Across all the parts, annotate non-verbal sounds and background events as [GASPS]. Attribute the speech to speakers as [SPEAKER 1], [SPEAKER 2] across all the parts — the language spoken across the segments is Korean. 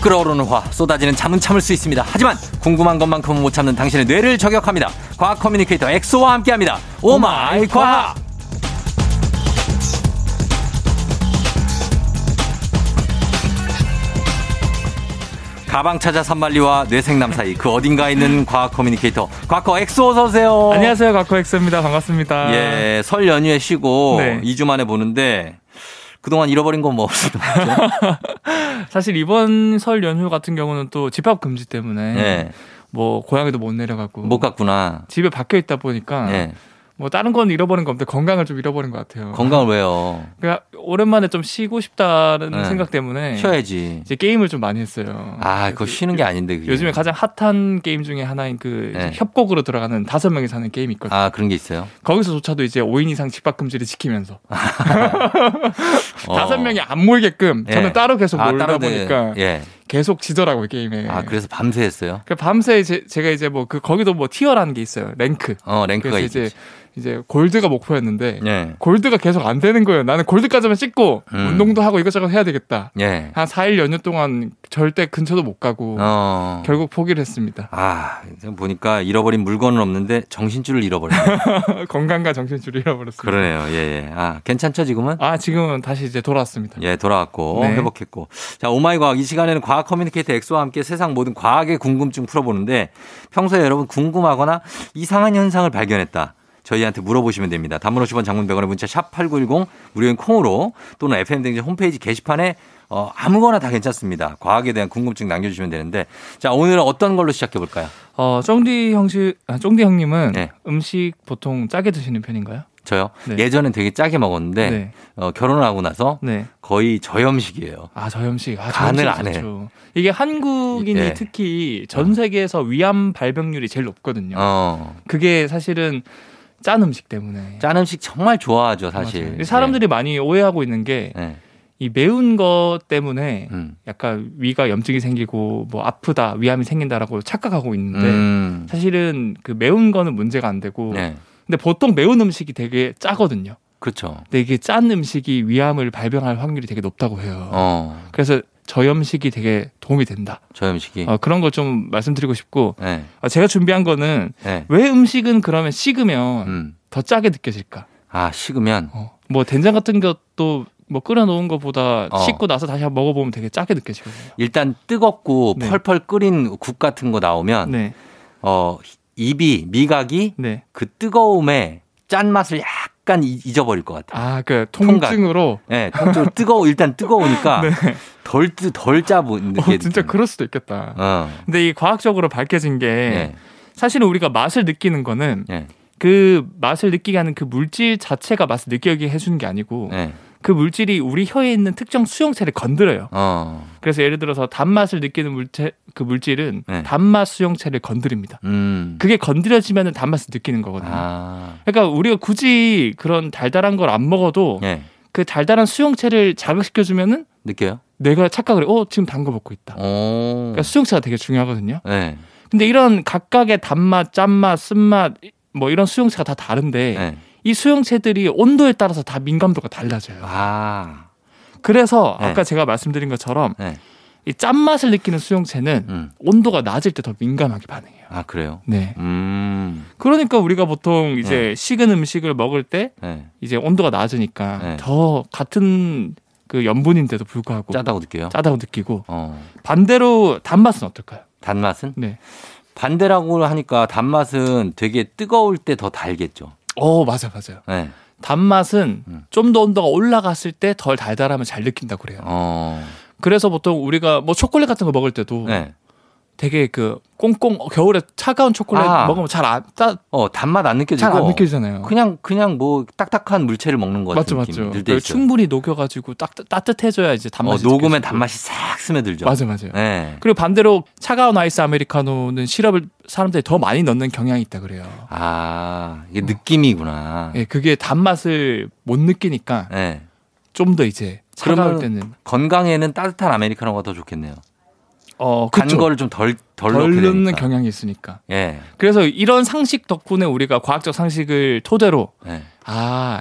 [SPEAKER 1] 끓어오르는 화, 쏟아지는 잠은 참을 수 있습니다. 하지만 궁금한 것만큼은 못 참는 당신의 뇌를 저격합니다. 과학 커뮤니케이터 엑소와 함께합니다. 오마이 과학! 가방 찾아 산만리와 뇌생남 사이 그 어딘가에 있는 과학 커뮤니케이터 과커 엑소 어서 오세요.
[SPEAKER 2] 안녕하세요, 가코엑스입니다. 반갑습니다.
[SPEAKER 1] 예, 설 연휴에 쉬고
[SPEAKER 2] 네.
[SPEAKER 1] 2주 만에 보는데 그동안 잃어버린 건 뭐 없을 것 같아요.
[SPEAKER 2] 사실 이번 설 연휴 같은 경우는 또 집합 금지 때문에
[SPEAKER 1] 예,
[SPEAKER 2] 뭐 고향에도 못 내려가고
[SPEAKER 1] 못 갔구나.
[SPEAKER 2] 집에 박혀 있다 보니까
[SPEAKER 1] 예,
[SPEAKER 2] 뭐 다른 건 잃어버린 건 없는데 건강을 좀 잃어버린 것 같아요.
[SPEAKER 1] 건강을 왜요?
[SPEAKER 2] 그러니까 오랜만에 좀 쉬고 싶다는
[SPEAKER 1] 네.
[SPEAKER 2] 생각 때문에
[SPEAKER 1] 쉬어야지.
[SPEAKER 2] 이제 게임을 좀 많이 했어요.
[SPEAKER 1] 아, 그거 쉬는 게 아닌데 그게.
[SPEAKER 2] 요즘에 가장 핫한 게임 중에 하나인 그 이제
[SPEAKER 1] 네.
[SPEAKER 2] 협곡으로 들어가는 다섯 명이 사는 게임이 있거든요.
[SPEAKER 1] 아, 그런 게 있어요.
[SPEAKER 2] 거기서조차도 이제 5인 이상 집합 금지를 지키면서
[SPEAKER 1] 어.
[SPEAKER 2] 다섯 명이 안 모이게끔
[SPEAKER 1] 네.
[SPEAKER 2] 저는 따로 계속
[SPEAKER 1] 아,
[SPEAKER 2] 놀다
[SPEAKER 1] 다른 데-
[SPEAKER 2] 보니까 예.
[SPEAKER 1] 예.
[SPEAKER 2] 계속 지더라고요 게임에.
[SPEAKER 1] 아, 그래서 밤새 했어요.
[SPEAKER 2] 그 밤새 제, 제가 이제 뭐 그 거기도 뭐 티어라는 게 있어요 랭크.
[SPEAKER 1] 어,
[SPEAKER 2] 그래서
[SPEAKER 1] 랭크가
[SPEAKER 2] 이제
[SPEAKER 1] 있지.
[SPEAKER 2] 이제 골드가 목표였는데
[SPEAKER 1] 예.
[SPEAKER 2] 골드가 계속 안 되는 거예요. 나는 골드까지만 찍고
[SPEAKER 1] 음.
[SPEAKER 2] 운동도 하고 이것저것 해야 되겠다.
[SPEAKER 1] 예.
[SPEAKER 2] 한 4일 연휴 동안 절대 근처도 못 가고
[SPEAKER 1] 어.
[SPEAKER 2] 결국 포기를 했습니다. [LAUGHS]
[SPEAKER 1] 아, 지금 보니까 잃어버린 물건은 없는데 정신줄을
[SPEAKER 2] [LAUGHS]
[SPEAKER 1] 잃어버렸네.
[SPEAKER 2] 건강과 정신줄을 잃어버렸습니다.
[SPEAKER 1] 그러네요. 예, 예. 아, 괜찮죠, 지금은?
[SPEAKER 2] 아 지금은 다시 이제 돌아왔습니다.
[SPEAKER 1] 예, 돌아왔고
[SPEAKER 2] 네.
[SPEAKER 1] 회복했고. 자, 오마이 과학 이 시간에는 과학 커뮤니케이터 엑소와 함께 세상 모든 과학의 궁금증 풀어보는데 평소에 여러분 궁금하거나 이상한 현상을 발견했다. 저희한테 물어보시면 됩니다. 단문 50원 장문 100원의 문자 샵 8910 무료인 콩으로 또는 FM 댕진 홈페이지 게시판에 어, 아무거나 다 괜찮습니다. 과학에 대한 궁금증 남겨주시면 되는데 자, 오늘은 어떤 걸로 시작해 볼까요?
[SPEAKER 2] 어 쫑디 형씨 아, 쫑디 형님은
[SPEAKER 1] 네.
[SPEAKER 2] 음식 보통 짜게 드시는 편인가요?
[SPEAKER 1] 저요?
[SPEAKER 2] 네.
[SPEAKER 1] 예전엔 되게 짜게 먹었는데
[SPEAKER 2] 네.
[SPEAKER 1] 어, 결혼을 하고 나서
[SPEAKER 2] 네.
[SPEAKER 1] 거의 저염식이에요.
[SPEAKER 2] 아 저염식 아,
[SPEAKER 1] 간을
[SPEAKER 2] 저염식
[SPEAKER 1] 안 해.
[SPEAKER 2] 좋죠. 이게 한국인이
[SPEAKER 1] 예.
[SPEAKER 2] 특히 전 세계에서 위암 발병률이 제일 높거든요.
[SPEAKER 1] 어,
[SPEAKER 2] 그게 사실은 짠 음식 때문에.
[SPEAKER 1] 짠 음식 정말 좋아하죠, 사실. 예.
[SPEAKER 2] 맞아요. 사람들이 많이 오해하고 있는 게 이
[SPEAKER 1] 네. 네.
[SPEAKER 2] 매운 거 때문에
[SPEAKER 1] 음.
[SPEAKER 2] 약간 위가 염증이 생기고 뭐 아프다 위암이 생긴다라고 착각하고 있는데
[SPEAKER 1] 음.
[SPEAKER 2] 사실은 그 매운 거는 문제가 안 되고
[SPEAKER 1] 네.
[SPEAKER 2] 근데 보통 매운 음식이 되게 짜거든요.
[SPEAKER 1] 그렇죠.
[SPEAKER 2] 근데 이게 짠 음식이 위암을 발병할 확률이 되게 높다고 해요.
[SPEAKER 1] 어,
[SPEAKER 2] 그래서 저염식이 되게 도움이 된다.
[SPEAKER 1] 저염식이.
[SPEAKER 2] 어, 그런 걸 좀 말씀드리고 싶고
[SPEAKER 1] 네.
[SPEAKER 2] 어, 제가 준비한 거는
[SPEAKER 1] 네.
[SPEAKER 2] 왜 음식은 그러면 식으면
[SPEAKER 1] 음.
[SPEAKER 2] 더 짜게 느껴질까?
[SPEAKER 1] 아, 식으면.
[SPEAKER 2] 어, 뭐 된장 같은 것도 뭐 끓여놓은 것보다
[SPEAKER 1] 어.
[SPEAKER 2] 식고 나서 다시 한번 먹어보면 되게 짜게 느껴지거든요.
[SPEAKER 1] 일단 뜨겁고
[SPEAKER 2] 네.
[SPEAKER 1] 펄펄 끓인 국 같은 거 나오면,
[SPEAKER 2] 네,
[SPEAKER 1] 어, 입이, 미각이
[SPEAKER 2] 네.
[SPEAKER 1] 그 뜨거움에 짠맛을 약간 잊- 잊어버릴 것 같아요.
[SPEAKER 2] 아, 그
[SPEAKER 1] 통각.
[SPEAKER 2] 통증으로.
[SPEAKER 1] 네, 좀 뜨거워, 일단 뜨거우니까
[SPEAKER 2] [LAUGHS] 네.
[SPEAKER 1] 덜, 뜨, 덜 짜보는
[SPEAKER 2] 어,
[SPEAKER 1] 게.
[SPEAKER 2] 진짜 그럴 수도 있겠다.
[SPEAKER 1] 어.
[SPEAKER 2] 근데 이 과학적으로 밝혀진 게
[SPEAKER 1] 네.
[SPEAKER 2] 사실은 우리가 맛을 느끼는 거는
[SPEAKER 1] 네.
[SPEAKER 2] 그 맛을 느끼게 하는 그 물질 자체가 맛을 느끼게 해주는 게 아니고
[SPEAKER 1] 네.
[SPEAKER 2] 그 물질이 우리 혀에 있는 특정 수용체를 건드려요.
[SPEAKER 1] 어.
[SPEAKER 2] 그래서 예를 들어서 단맛을 느끼는 물체 그 물질은
[SPEAKER 1] 네.
[SPEAKER 2] 단맛 수용체를 건드립니다.
[SPEAKER 1] 음.
[SPEAKER 2] 그게 건드려지면 단맛을 느끼는 거거든요.
[SPEAKER 1] 아.
[SPEAKER 2] 그러니까 우리가 굳이 그런 달달한 걸 안 먹어도
[SPEAKER 1] 예.
[SPEAKER 2] 그 달달한 수용체를 자극시켜 주면은
[SPEAKER 1] 느껴요?
[SPEAKER 2] 뇌가 착각을 해. 어, 지금 단 거 먹고 있다.
[SPEAKER 1] 오.
[SPEAKER 2] 그러니까 수용체가 되게 중요하거든요.
[SPEAKER 1] 네.
[SPEAKER 2] 근데 이런 각각의 단맛, 짠맛, 쓴맛 뭐 이런 수용체가 다 다른데
[SPEAKER 1] 네.
[SPEAKER 2] 이 수용체들이 온도에 따라서 다 민감도가 달라져요.
[SPEAKER 1] 아.
[SPEAKER 2] 그래서
[SPEAKER 1] 네.
[SPEAKER 2] 아까 제가 말씀드린 것처럼
[SPEAKER 1] 네.
[SPEAKER 2] 이 짠맛을 느끼는 수용체는
[SPEAKER 1] 음.
[SPEAKER 2] 온도가 낮을 때 더 민감하게 반응해요.
[SPEAKER 1] 아, 그래요?
[SPEAKER 2] 네.
[SPEAKER 1] 음.
[SPEAKER 2] 그러니까 우리가 보통 이제 식은 음식을 먹을 때
[SPEAKER 1] 네.
[SPEAKER 2] 이제 온도가 낮으니까
[SPEAKER 1] 네.
[SPEAKER 2] 더 같은 그 염분인데도 불구하고
[SPEAKER 1] 짜다고 느껴요?
[SPEAKER 2] 짜다고 느끼고
[SPEAKER 1] 어.
[SPEAKER 2] 반대로 단맛은 어떨까요?
[SPEAKER 1] 단맛은?
[SPEAKER 2] 네.
[SPEAKER 1] 반대라고 하니까 단맛은 되게 뜨거울 때 더 달겠죠.
[SPEAKER 2] 어, 맞아요, 맞아요.
[SPEAKER 1] 네.
[SPEAKER 2] 단맛은
[SPEAKER 1] 음.
[SPEAKER 2] 좀 더 온도가 올라갔을 때 덜 달달하면 잘 느낀다고 그래요.
[SPEAKER 1] 어.
[SPEAKER 2] 그래서 보통 우리가 뭐 초콜릿 같은 거 먹을 때도
[SPEAKER 1] 네.
[SPEAKER 2] 되게 그 꽁꽁 겨울에 차가운 초콜릿
[SPEAKER 1] 아.
[SPEAKER 2] 먹으면 잘안
[SPEAKER 1] 어, 단맛 안 느껴지고
[SPEAKER 2] 잘안 느껴지잖아요.
[SPEAKER 1] 그냥 그냥 뭐 딱딱한 물체를 먹는 것 같은
[SPEAKER 2] 맞죠,
[SPEAKER 1] 느낌이
[SPEAKER 2] 맞죠.
[SPEAKER 1] 들 때
[SPEAKER 2] 그
[SPEAKER 1] 있어요.
[SPEAKER 2] 충분히 녹여가지고 딱 따뜻해져야 이제
[SPEAKER 1] 어,
[SPEAKER 2] 단맛이.
[SPEAKER 1] 녹으면
[SPEAKER 2] 느껴지고.
[SPEAKER 1] 단맛이 싹 스며들죠.
[SPEAKER 2] 맞아, 맞아요.
[SPEAKER 1] 네.
[SPEAKER 2] 그리고 반대로 차가운 아이스 아메리카노는 시럽을 사람들이 더 많이 넣는 경향이 있다 그래요.
[SPEAKER 1] 아, 이게 느낌이구나.
[SPEAKER 2] 예, 그게 단맛을 못 느끼니까
[SPEAKER 1] 네.
[SPEAKER 2] 좀 더 이제 차가울
[SPEAKER 1] 그러면-
[SPEAKER 2] 때는
[SPEAKER 1] 건강에는 따뜻한 아메리카노가 더 좋겠네요.
[SPEAKER 2] 어,
[SPEAKER 1] 간
[SPEAKER 2] 그쵸.
[SPEAKER 1] 거를 좀덜덜
[SPEAKER 2] 덜
[SPEAKER 1] 넣게
[SPEAKER 2] 넣는
[SPEAKER 1] 되니까.
[SPEAKER 2] 경향이 있으니까.
[SPEAKER 1] 예.
[SPEAKER 2] 그래서 이런 상식 덕분에 우리가 과학적 상식을 토대로
[SPEAKER 1] 네.
[SPEAKER 2] 아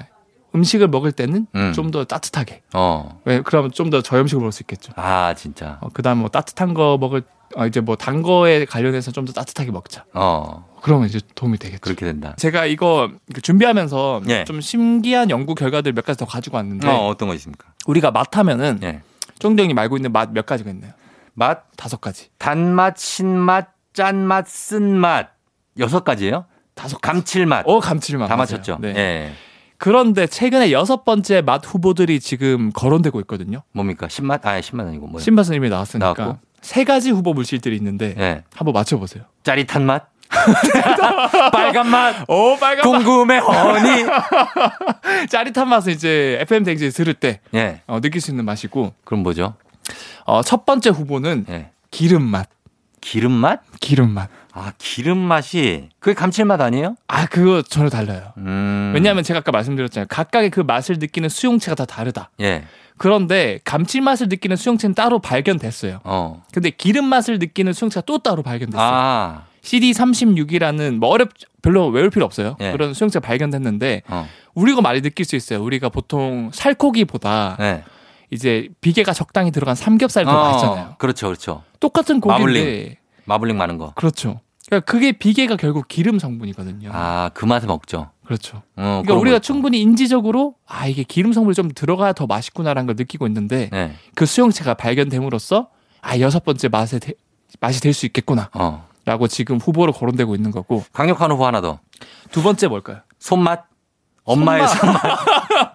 [SPEAKER 2] 음식을 먹을 때는
[SPEAKER 1] 음.
[SPEAKER 2] 좀 더 따뜻하게.
[SPEAKER 1] 어.
[SPEAKER 2] 왜 그러면 좀 더 저염식을 먹을 수 있겠죠.
[SPEAKER 1] 아, 진짜.
[SPEAKER 2] 어, 그다음 뭐 따뜻한 거 먹을 어, 이제 뭐 단 거에 관련해서 좀 더 따뜻하게 먹자.
[SPEAKER 1] 어.
[SPEAKER 2] 그러면 이제 도움이 되겠죠.
[SPEAKER 1] 그렇게 된다.
[SPEAKER 2] 제가 이거 그 준비하면서
[SPEAKER 1] 예.
[SPEAKER 2] 좀 신기한 연구 결과들 몇 가지 더 가지고 왔는데
[SPEAKER 1] 어, 어떤 거 있습니까?
[SPEAKER 2] 우리가 맛하면은
[SPEAKER 1] 예.
[SPEAKER 2] 쫑대 형님 알고 있는 맛 몇 가지가 있나요?
[SPEAKER 1] 맛,
[SPEAKER 2] 다섯 가지.
[SPEAKER 1] 단맛, 신맛, 짠맛, 쓴맛. 여섯 가지예요?
[SPEAKER 2] 다섯 가지.
[SPEAKER 1] 감칠맛.
[SPEAKER 2] 어 감칠맛
[SPEAKER 1] 다
[SPEAKER 2] 맞아요.
[SPEAKER 1] 맞췄죠?
[SPEAKER 2] 네.
[SPEAKER 1] 예.
[SPEAKER 2] 그런데 최근에 여섯 번째 맛 후보들이 지금 거론되고 있거든요.
[SPEAKER 1] 뭡니까? 신맛? 아니, 신맛 아니고 뭐예요?
[SPEAKER 2] 신바스님이 나왔으니까
[SPEAKER 1] 나왔고.
[SPEAKER 2] 세 가지 후보 물질들이 있는데
[SPEAKER 1] 예.
[SPEAKER 2] 한번 맞춰보세요.
[SPEAKER 1] 짜릿한 맛? [LAUGHS] 빨간 맛?
[SPEAKER 2] 오 어, 빨간
[SPEAKER 1] 궁금해, 허니?
[SPEAKER 2] [LAUGHS] 맛 짜릿한 맛은 이제 FM 댕지 들을 때
[SPEAKER 1] 예.
[SPEAKER 2] 어, 느낄 수 있는 맛이고
[SPEAKER 1] 그럼 뭐죠?
[SPEAKER 2] 어, 첫 번째 후보는
[SPEAKER 1] 예.
[SPEAKER 2] 기름 맛.
[SPEAKER 1] 기름 맛?
[SPEAKER 2] 기름 맛.
[SPEAKER 1] 아, 기름 맛이 그게 감칠맛 아니에요?
[SPEAKER 2] 아 그거 전혀 달라요.
[SPEAKER 1] 음.
[SPEAKER 2] 왜냐하면 제가 아까 말씀드렸잖아요. 각각의 그 맛을 느끼는 수용체가 다 다르다.
[SPEAKER 1] 예.
[SPEAKER 2] 그런데 감칠맛을 느끼는 수용체는 따로 발견됐어요.
[SPEAKER 1] 어.
[SPEAKER 2] 근데 기름 맛을 느끼는 수용체가 또 따로 발견됐어요.
[SPEAKER 1] 아.
[SPEAKER 2] CD36이라는 뭐 어렵 별로 외울 필요 없어요.
[SPEAKER 1] 예.
[SPEAKER 2] 그런 수용체가 발견됐는데
[SPEAKER 1] 어.
[SPEAKER 2] 우리가 많이 느낄 수 있어요. 우리가 보통 살코기보다
[SPEAKER 1] 네.
[SPEAKER 2] 이제 비계가 적당히 들어간 삼겹살도 맛있잖아요.
[SPEAKER 1] 그렇죠, 그렇죠.
[SPEAKER 2] 똑같은 고기인데
[SPEAKER 1] 마블링. 마블링 많은 거.
[SPEAKER 2] 그렇죠. 그러니까 그게 비계가 결국 기름 성분이거든요.
[SPEAKER 1] 아, 그 맛에 먹죠.
[SPEAKER 2] 그렇죠.
[SPEAKER 1] 어,
[SPEAKER 2] 그러니까
[SPEAKER 1] 그런
[SPEAKER 2] 우리가
[SPEAKER 1] 거 있죠.
[SPEAKER 2] 충분히 인지적으로 아 이게 기름 성분이 좀 들어가야 더 맛있구나라는 걸 느끼고 있는데
[SPEAKER 1] 네.
[SPEAKER 2] 그 수용체가 발견됨으로써 아 여섯 번째 맛에 대- 맛이 될 수 있겠구나라고
[SPEAKER 1] 어.
[SPEAKER 2] 지금 후보로 거론되고 있는 거고
[SPEAKER 1] 강력한 후보 하나 더.
[SPEAKER 2] 두 번째 뭘까요?
[SPEAKER 1] 손맛. 엄마의 손맛. [LAUGHS]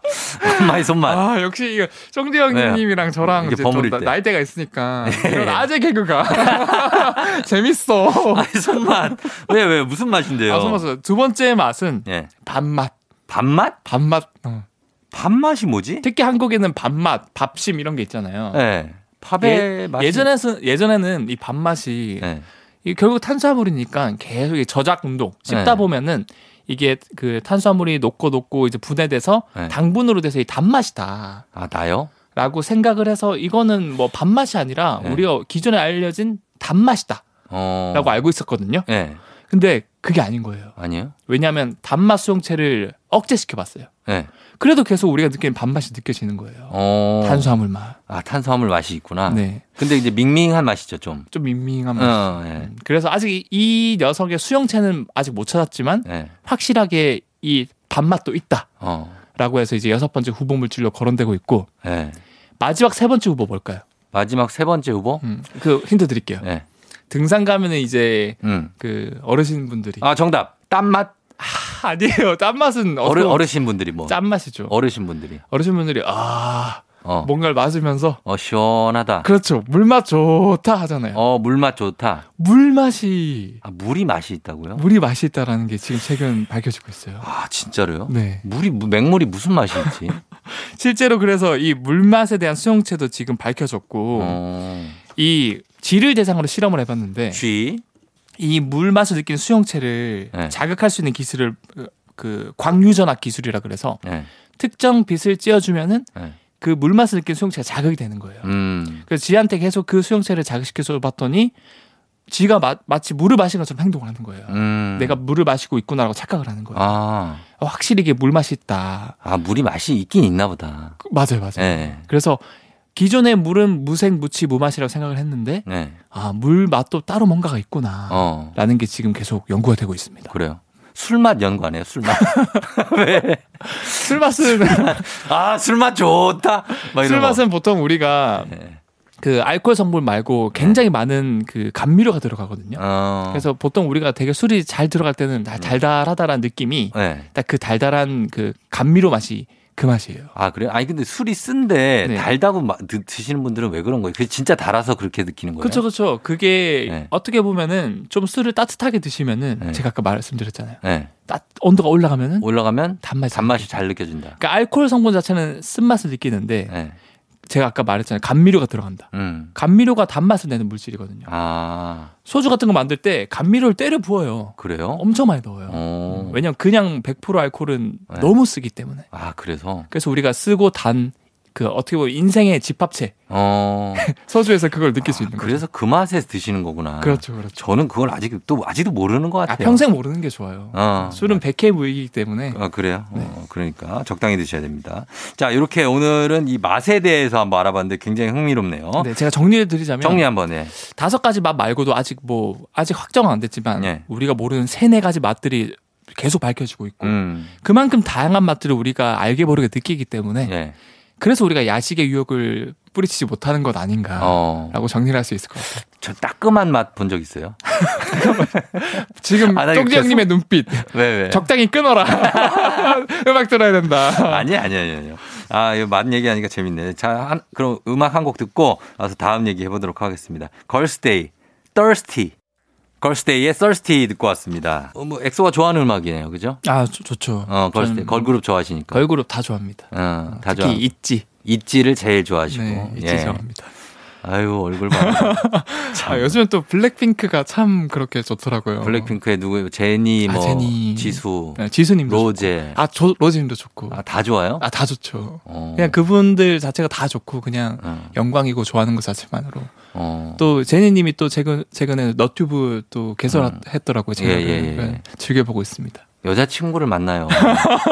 [SPEAKER 1] 엄마의 손맛.
[SPEAKER 2] 아 역시 이거 정재영
[SPEAKER 1] 네.
[SPEAKER 2] 님이랑 저랑
[SPEAKER 1] 이게
[SPEAKER 2] 이제 좀
[SPEAKER 1] 버무릴
[SPEAKER 2] 나-
[SPEAKER 1] 때. 네.
[SPEAKER 2] 나이대가
[SPEAKER 1] [LAUGHS]
[SPEAKER 2] 있으니까 이런 아재 개그가 [LAUGHS] 재밌어.
[SPEAKER 1] 아이, 손맛. 왜, 왜, 무슨 맛인데요?
[SPEAKER 2] 아, 숨었어요. 두 번째 맛은
[SPEAKER 1] 예.
[SPEAKER 2] 밥맛.
[SPEAKER 1] 밥맛?
[SPEAKER 2] 밥맛. 어.
[SPEAKER 1] 밥맛이 뭐지?
[SPEAKER 2] 특히 한국에는 밥맛, 밥심 이런 게 있잖아요.
[SPEAKER 1] 예. 팝의 맛이.
[SPEAKER 2] 예전에서 예전에는 이 밥맛이
[SPEAKER 1] 예.
[SPEAKER 2] 이 결국 탄수화물이니까 계속 이 저작 운동 씹다
[SPEAKER 1] 네.
[SPEAKER 2] 보면은 이게 그 탄수화물이 녹고 녹고 이제 분해돼서
[SPEAKER 1] 네.
[SPEAKER 2] 당분으로 돼서 이 단맛이다.
[SPEAKER 1] 아, 나요?
[SPEAKER 2] 라고 생각을 해서 이거는 뭐 밥맛이 아니라
[SPEAKER 1] 네.
[SPEAKER 2] 우리가 기존에 알려진 단맛이다
[SPEAKER 1] 어.
[SPEAKER 2] 라고 알고 있었거든요.
[SPEAKER 1] 예.
[SPEAKER 2] 근데 그게 아닌 거예요.
[SPEAKER 1] 아니에요?
[SPEAKER 2] 왜냐하면 단맛 수용체를 억제시켜 봤어요.
[SPEAKER 1] 예.
[SPEAKER 2] 그래도 계속 우리가 느끼는 밥맛이 느껴지는 거예요.
[SPEAKER 1] 어.
[SPEAKER 2] 탄수화물 맛.
[SPEAKER 1] 아, 탄수화물 맛이 있구나.
[SPEAKER 2] 네.
[SPEAKER 1] 근데 이제 밍밍한 맛이죠, 좀.
[SPEAKER 2] 좀 밍밍한 맛.
[SPEAKER 1] 어, 예.
[SPEAKER 2] 음, 그래서 아직 이- 이 녀석의 수용체는 아직 못 찾았지만
[SPEAKER 1] 예.
[SPEAKER 2] 확실하게 이 밥맛도 있다.
[SPEAKER 1] 어.
[SPEAKER 2] 라고 해서 이제 여섯 번째 후보 물질로 거론되고 있고
[SPEAKER 1] 예.
[SPEAKER 2] 마지막 세 번째 후보 뭘까요?
[SPEAKER 1] 마지막 세 번째 후보?
[SPEAKER 2] 음, 그 힌트 드릴게요.
[SPEAKER 1] 예.
[SPEAKER 2] 등산 가면은 이제
[SPEAKER 1] 음.
[SPEAKER 2] 그 어르신분들이
[SPEAKER 1] 아, 정답. 땀맛
[SPEAKER 2] 아, 니에요 짠맛은
[SPEAKER 1] 어르,
[SPEAKER 2] 어르,
[SPEAKER 1] 어르신 분들이 뭐.
[SPEAKER 2] 짠맛이죠.
[SPEAKER 1] 어르신 분들이.
[SPEAKER 2] 어르신분들이 아
[SPEAKER 1] 어.
[SPEAKER 2] 뭔가를 맞으면서
[SPEAKER 1] 어, 시원하다.
[SPEAKER 2] 그렇죠 물맛 좋다 하잖아요.
[SPEAKER 1] 어, 물맛 좋다.
[SPEAKER 2] 물맛이
[SPEAKER 1] 아, 물이 맛이 있다고요?
[SPEAKER 2] 물이 맛이 있다라는 게 지금 최근 밝혀지고 있어요.
[SPEAKER 1] 아, 진짜로요?
[SPEAKER 2] 네.
[SPEAKER 1] 물이 무- 맹물이 무슨 맛이
[SPEAKER 2] [LAUGHS]
[SPEAKER 1] 있지?
[SPEAKER 2] 실제로 그래서 이 물맛에 대한 수용체도 지금 밝혀졌고
[SPEAKER 1] 어.
[SPEAKER 2] 이 쥐를 대상으로 실험을 해봤는데
[SPEAKER 1] 쥐.
[SPEAKER 2] 이 물맛을 느끼는 수용체를
[SPEAKER 1] 네.
[SPEAKER 2] 자극할 수 있는 기술을 그- 그 광유전학 기술이라 그래서
[SPEAKER 1] 예.
[SPEAKER 2] 특정 빛을 찌어주면은
[SPEAKER 1] 예.
[SPEAKER 2] 그 물맛을 느끼는 수용체가 자극이 되는 거예요.
[SPEAKER 1] 음.
[SPEAKER 2] 그래서 쥐한테 계속 그 수용체를 자극시켜서 봤더니 쥐가 마, 마치 물을 마신 것처럼 행동을 하는 거예요.
[SPEAKER 1] 음.
[SPEAKER 2] 내가 물을 마시고 있구나라고 착각을 하는 거예요.
[SPEAKER 1] 아.
[SPEAKER 2] 어, 확실히 이게 물맛이 있다.
[SPEAKER 1] 아, 물이 맛이 있긴 있나 보다.
[SPEAKER 2] 그- 맞아요, 맞아요.
[SPEAKER 1] 예.
[SPEAKER 2] 그래서 기존의 물은 무색, 무치, 무맛이라고 생각을 했는데
[SPEAKER 1] 네.
[SPEAKER 2] 아, 물 맛도 따로 뭔가가 있구나.
[SPEAKER 1] 어.
[SPEAKER 2] 라는 게 지금 계속 연구가 되고 있습니다.
[SPEAKER 1] 그래요. 술맛 연구 안 해요, 술맛. [LAUGHS]
[SPEAKER 2] 술 맛은
[SPEAKER 1] 아, 술맛 좋다. 막 이런
[SPEAKER 2] 술
[SPEAKER 1] 거.
[SPEAKER 2] 맛은 보통 우리가
[SPEAKER 1] 예.
[SPEAKER 2] 그 알코올 성분 말고 굉장히 많은 그 감미료가 들어가거든요.
[SPEAKER 1] 어. 음.
[SPEAKER 2] 그래서 보통 우리가 되게 술이 잘 들어갈 때는 다 달달하다라는 느낌이
[SPEAKER 1] 예.
[SPEAKER 2] 딱 그 달달한 그 감미료 맛이 그 맛이에요.
[SPEAKER 1] 아, 그래요? 아니, 근데 술이 쓴데
[SPEAKER 2] 네.
[SPEAKER 1] 달다고 마- 드, 시는 분들은 왜 그런 거예요? 그게 진짜 달아서 그렇게 느끼는 거예요?
[SPEAKER 2] 그렇죠, 그렇죠. 그게
[SPEAKER 1] 네.
[SPEAKER 2] 어떻게 보면은 좀 술을 따뜻하게 드시면은
[SPEAKER 1] 네.
[SPEAKER 2] 제가 아까 말씀드렸잖아요.
[SPEAKER 1] 예.
[SPEAKER 2] 따 온도가 올라가면은
[SPEAKER 1] 올라가면
[SPEAKER 2] 단맛이.
[SPEAKER 1] 단맛이 잘 느껴진다.
[SPEAKER 2] 그러니까 알코올 성분 자체는 쓴맛을 느끼는데
[SPEAKER 1] 예.
[SPEAKER 2] 제가 아까 말했잖아요. 감미료가 들어간다.
[SPEAKER 1] 음.
[SPEAKER 2] 감미료가 단맛을 내는 물질이거든요.
[SPEAKER 1] 아,
[SPEAKER 2] 소주 같은 거 만들 때 감미료를 때려 부어요.
[SPEAKER 1] 그래요?
[SPEAKER 2] 엄청 많이 넣어요.
[SPEAKER 1] 어.
[SPEAKER 2] 왜냐면 그냥 100% 알코올은
[SPEAKER 1] 네.
[SPEAKER 2] 너무 쓰기 때문에.
[SPEAKER 1] 아, 그래서?
[SPEAKER 2] 그래서 우리가 쓰고 단 그 어떻게 보면 인생의 집합체
[SPEAKER 1] 어.
[SPEAKER 2] 서주에서 그걸 느낄 수 있는 거죠.
[SPEAKER 1] 그래서 그 맛에 드시는 거구나.
[SPEAKER 2] 그렇죠, 그렇죠.
[SPEAKER 1] 저는 그걸 아직 또 아직도 모르는 것
[SPEAKER 2] 아,
[SPEAKER 1] 같아요.
[SPEAKER 2] 평생 모르는 게 좋아요.
[SPEAKER 1] 어.
[SPEAKER 2] 술은 네. 백해 무익이기 때문에
[SPEAKER 1] 아, 그래요? 어, 그러니까 적당히 드셔야 됩니다. 자, 이렇게 오늘은 이 맛에 대해서 한번 알아봤는데 굉장히 흥미롭네요.
[SPEAKER 2] 네, 제가 정리해 드리자면
[SPEAKER 1] 어? 정리 한번 해.
[SPEAKER 2] 다섯 가지 맛 말고도 아직 뭐 아직 확정은 안 됐지만
[SPEAKER 1] 예.
[SPEAKER 2] 우리가 모르는 세네 가지 맛들이 계속 밝혀지고 있고
[SPEAKER 1] 음.
[SPEAKER 2] 그만큼 다양한 맛들을 우리가 알게 모르게 느끼기 때문에
[SPEAKER 1] 예.
[SPEAKER 2] 그래서 우리가 야식의 유혹을 뿌리치지 못하는 것 아닌가라고
[SPEAKER 1] 어.
[SPEAKER 2] 정리할 를 수 있을 것 같아요.
[SPEAKER 1] 저 따끔한 맛 본 적 있어요? [LAUGHS]
[SPEAKER 2] 지금
[SPEAKER 1] 아, 나 이거 예.
[SPEAKER 2] 쫑지 형님의 눈빛
[SPEAKER 1] 왜, 왜?
[SPEAKER 2] 적당히 끊어라. 음악 들어야 된다.
[SPEAKER 1] [LAUGHS] 아니, 아니, 아니, 아니요. 아, 이거 맛 얘기하니까 재밌네. 자, 한, 그럼 음악 한 곡 듣고 와서 다음 얘기 해보도록 하겠습니다. 걸스데이, Thirsty. 걸스데이의 Thirsty 듣고 왔습니다. 어, 뭐, 엑소가 좋아하는 음악이네요. 그죠?
[SPEAKER 2] 아 좋- 좋죠.
[SPEAKER 1] 어, 걸스데이.
[SPEAKER 2] 저는
[SPEAKER 1] 걸그룹 좋아하시니까.
[SPEAKER 2] 음. 걸그룹 다 좋아합니다.
[SPEAKER 1] 어, 다 좋아.
[SPEAKER 2] 특히 있지.
[SPEAKER 1] 있지를 제일 좋아하시고.
[SPEAKER 2] 네, 있지
[SPEAKER 1] 예.
[SPEAKER 2] 좋아합니다.
[SPEAKER 1] 아유 얼굴 봐.
[SPEAKER 2] [LAUGHS] 아, 요즘엔 또 블랙핑크가 참 그렇게 좋더라고요.
[SPEAKER 1] 블랙핑크의 누구 제니
[SPEAKER 2] 뭐. 아,
[SPEAKER 1] 뭐
[SPEAKER 2] 제니.
[SPEAKER 1] 지수
[SPEAKER 2] 네, 지수님도
[SPEAKER 1] 로제
[SPEAKER 2] 좋고. 아, 조, 로제님도 좋고.
[SPEAKER 1] 아, 다 좋아요?
[SPEAKER 2] 아, 다 좋죠.
[SPEAKER 1] 어.
[SPEAKER 2] 그냥 그분들 자체가 다 좋고 그냥
[SPEAKER 1] 어.
[SPEAKER 2] 영광이고 좋아하는 것 자체만으로.
[SPEAKER 1] 어.
[SPEAKER 2] 또 제니님이 또 최근 최근에 너튜브 또 개설했더라고요. 제가
[SPEAKER 1] 예, 예, 예.
[SPEAKER 2] 즐겨 보고 있습니다.
[SPEAKER 1] 여자 친구를 만나요. [LAUGHS]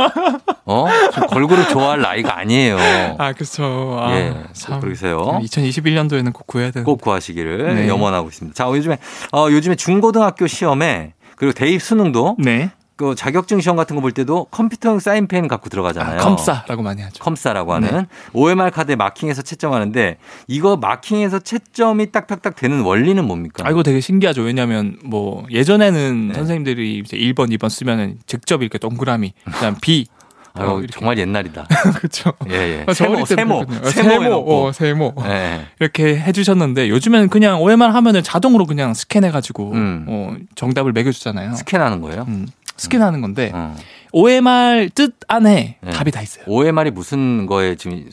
[SPEAKER 1] 어? 지금 걸그룹 좋아할 나이가 아니에요.
[SPEAKER 2] 아 그렇죠. 아,
[SPEAKER 1] 어. 예,
[SPEAKER 2] 참.
[SPEAKER 1] 그러세요.
[SPEAKER 2] 2021년도에는 꼭 구해야 되는.
[SPEAKER 1] 꼭 구하시기를
[SPEAKER 2] 네.
[SPEAKER 1] 염원하고 있습니다. 자, 요즘에 어, 요즘에 중고등학교 시험에 그리고 대입 수능도
[SPEAKER 2] 네.
[SPEAKER 1] 그 자격증 시험 같은 거 볼 때도 컴퓨터용 사인펜 갖고 들어가잖아요.
[SPEAKER 2] 컴싸라고 많이 하죠.
[SPEAKER 1] 컴사라고
[SPEAKER 2] 네.
[SPEAKER 1] 하는 OMR 카드에 마킹해서 채점하는데 이거 마킹해서 채점이 딱딱딱 되는 원리는 뭡니까?
[SPEAKER 2] 아 이거 되게 신기하죠. 왜냐하면 뭐 예전에는
[SPEAKER 1] 네.
[SPEAKER 2] 선생님들이 이제 1번, 2번 쓰면은 직접 이렇게 동그라미, 그다음
[SPEAKER 1] [LAUGHS]
[SPEAKER 2] B,
[SPEAKER 1] 아유,
[SPEAKER 2] 어, 이렇게.
[SPEAKER 1] 정말 옛날이다.
[SPEAKER 2] 그렇죠.
[SPEAKER 1] 예, 예.
[SPEAKER 2] 아, 저
[SPEAKER 1] 세모,
[SPEAKER 2] [LAUGHS] 어릴 때도
[SPEAKER 1] 세모,
[SPEAKER 2] 그랬거든요. 아,
[SPEAKER 1] 세모,
[SPEAKER 2] 세모,
[SPEAKER 1] 해놓고.
[SPEAKER 2] 어, 세모.
[SPEAKER 1] 예, 예.
[SPEAKER 2] 이렇게 해주셨는데 요즘에는 그냥 OMR 하면은 자동으로 그냥 스캔해가지고
[SPEAKER 1] 음.
[SPEAKER 2] 어, 정답을 매겨주잖아요.
[SPEAKER 1] 스캔하는 거예요.
[SPEAKER 2] 음, 스캔하는 건데
[SPEAKER 1] 어.
[SPEAKER 2] OMR 뜻 안에
[SPEAKER 1] 네.
[SPEAKER 2] 답이 다 있어요.
[SPEAKER 1] OMR이 무슨 거에 지금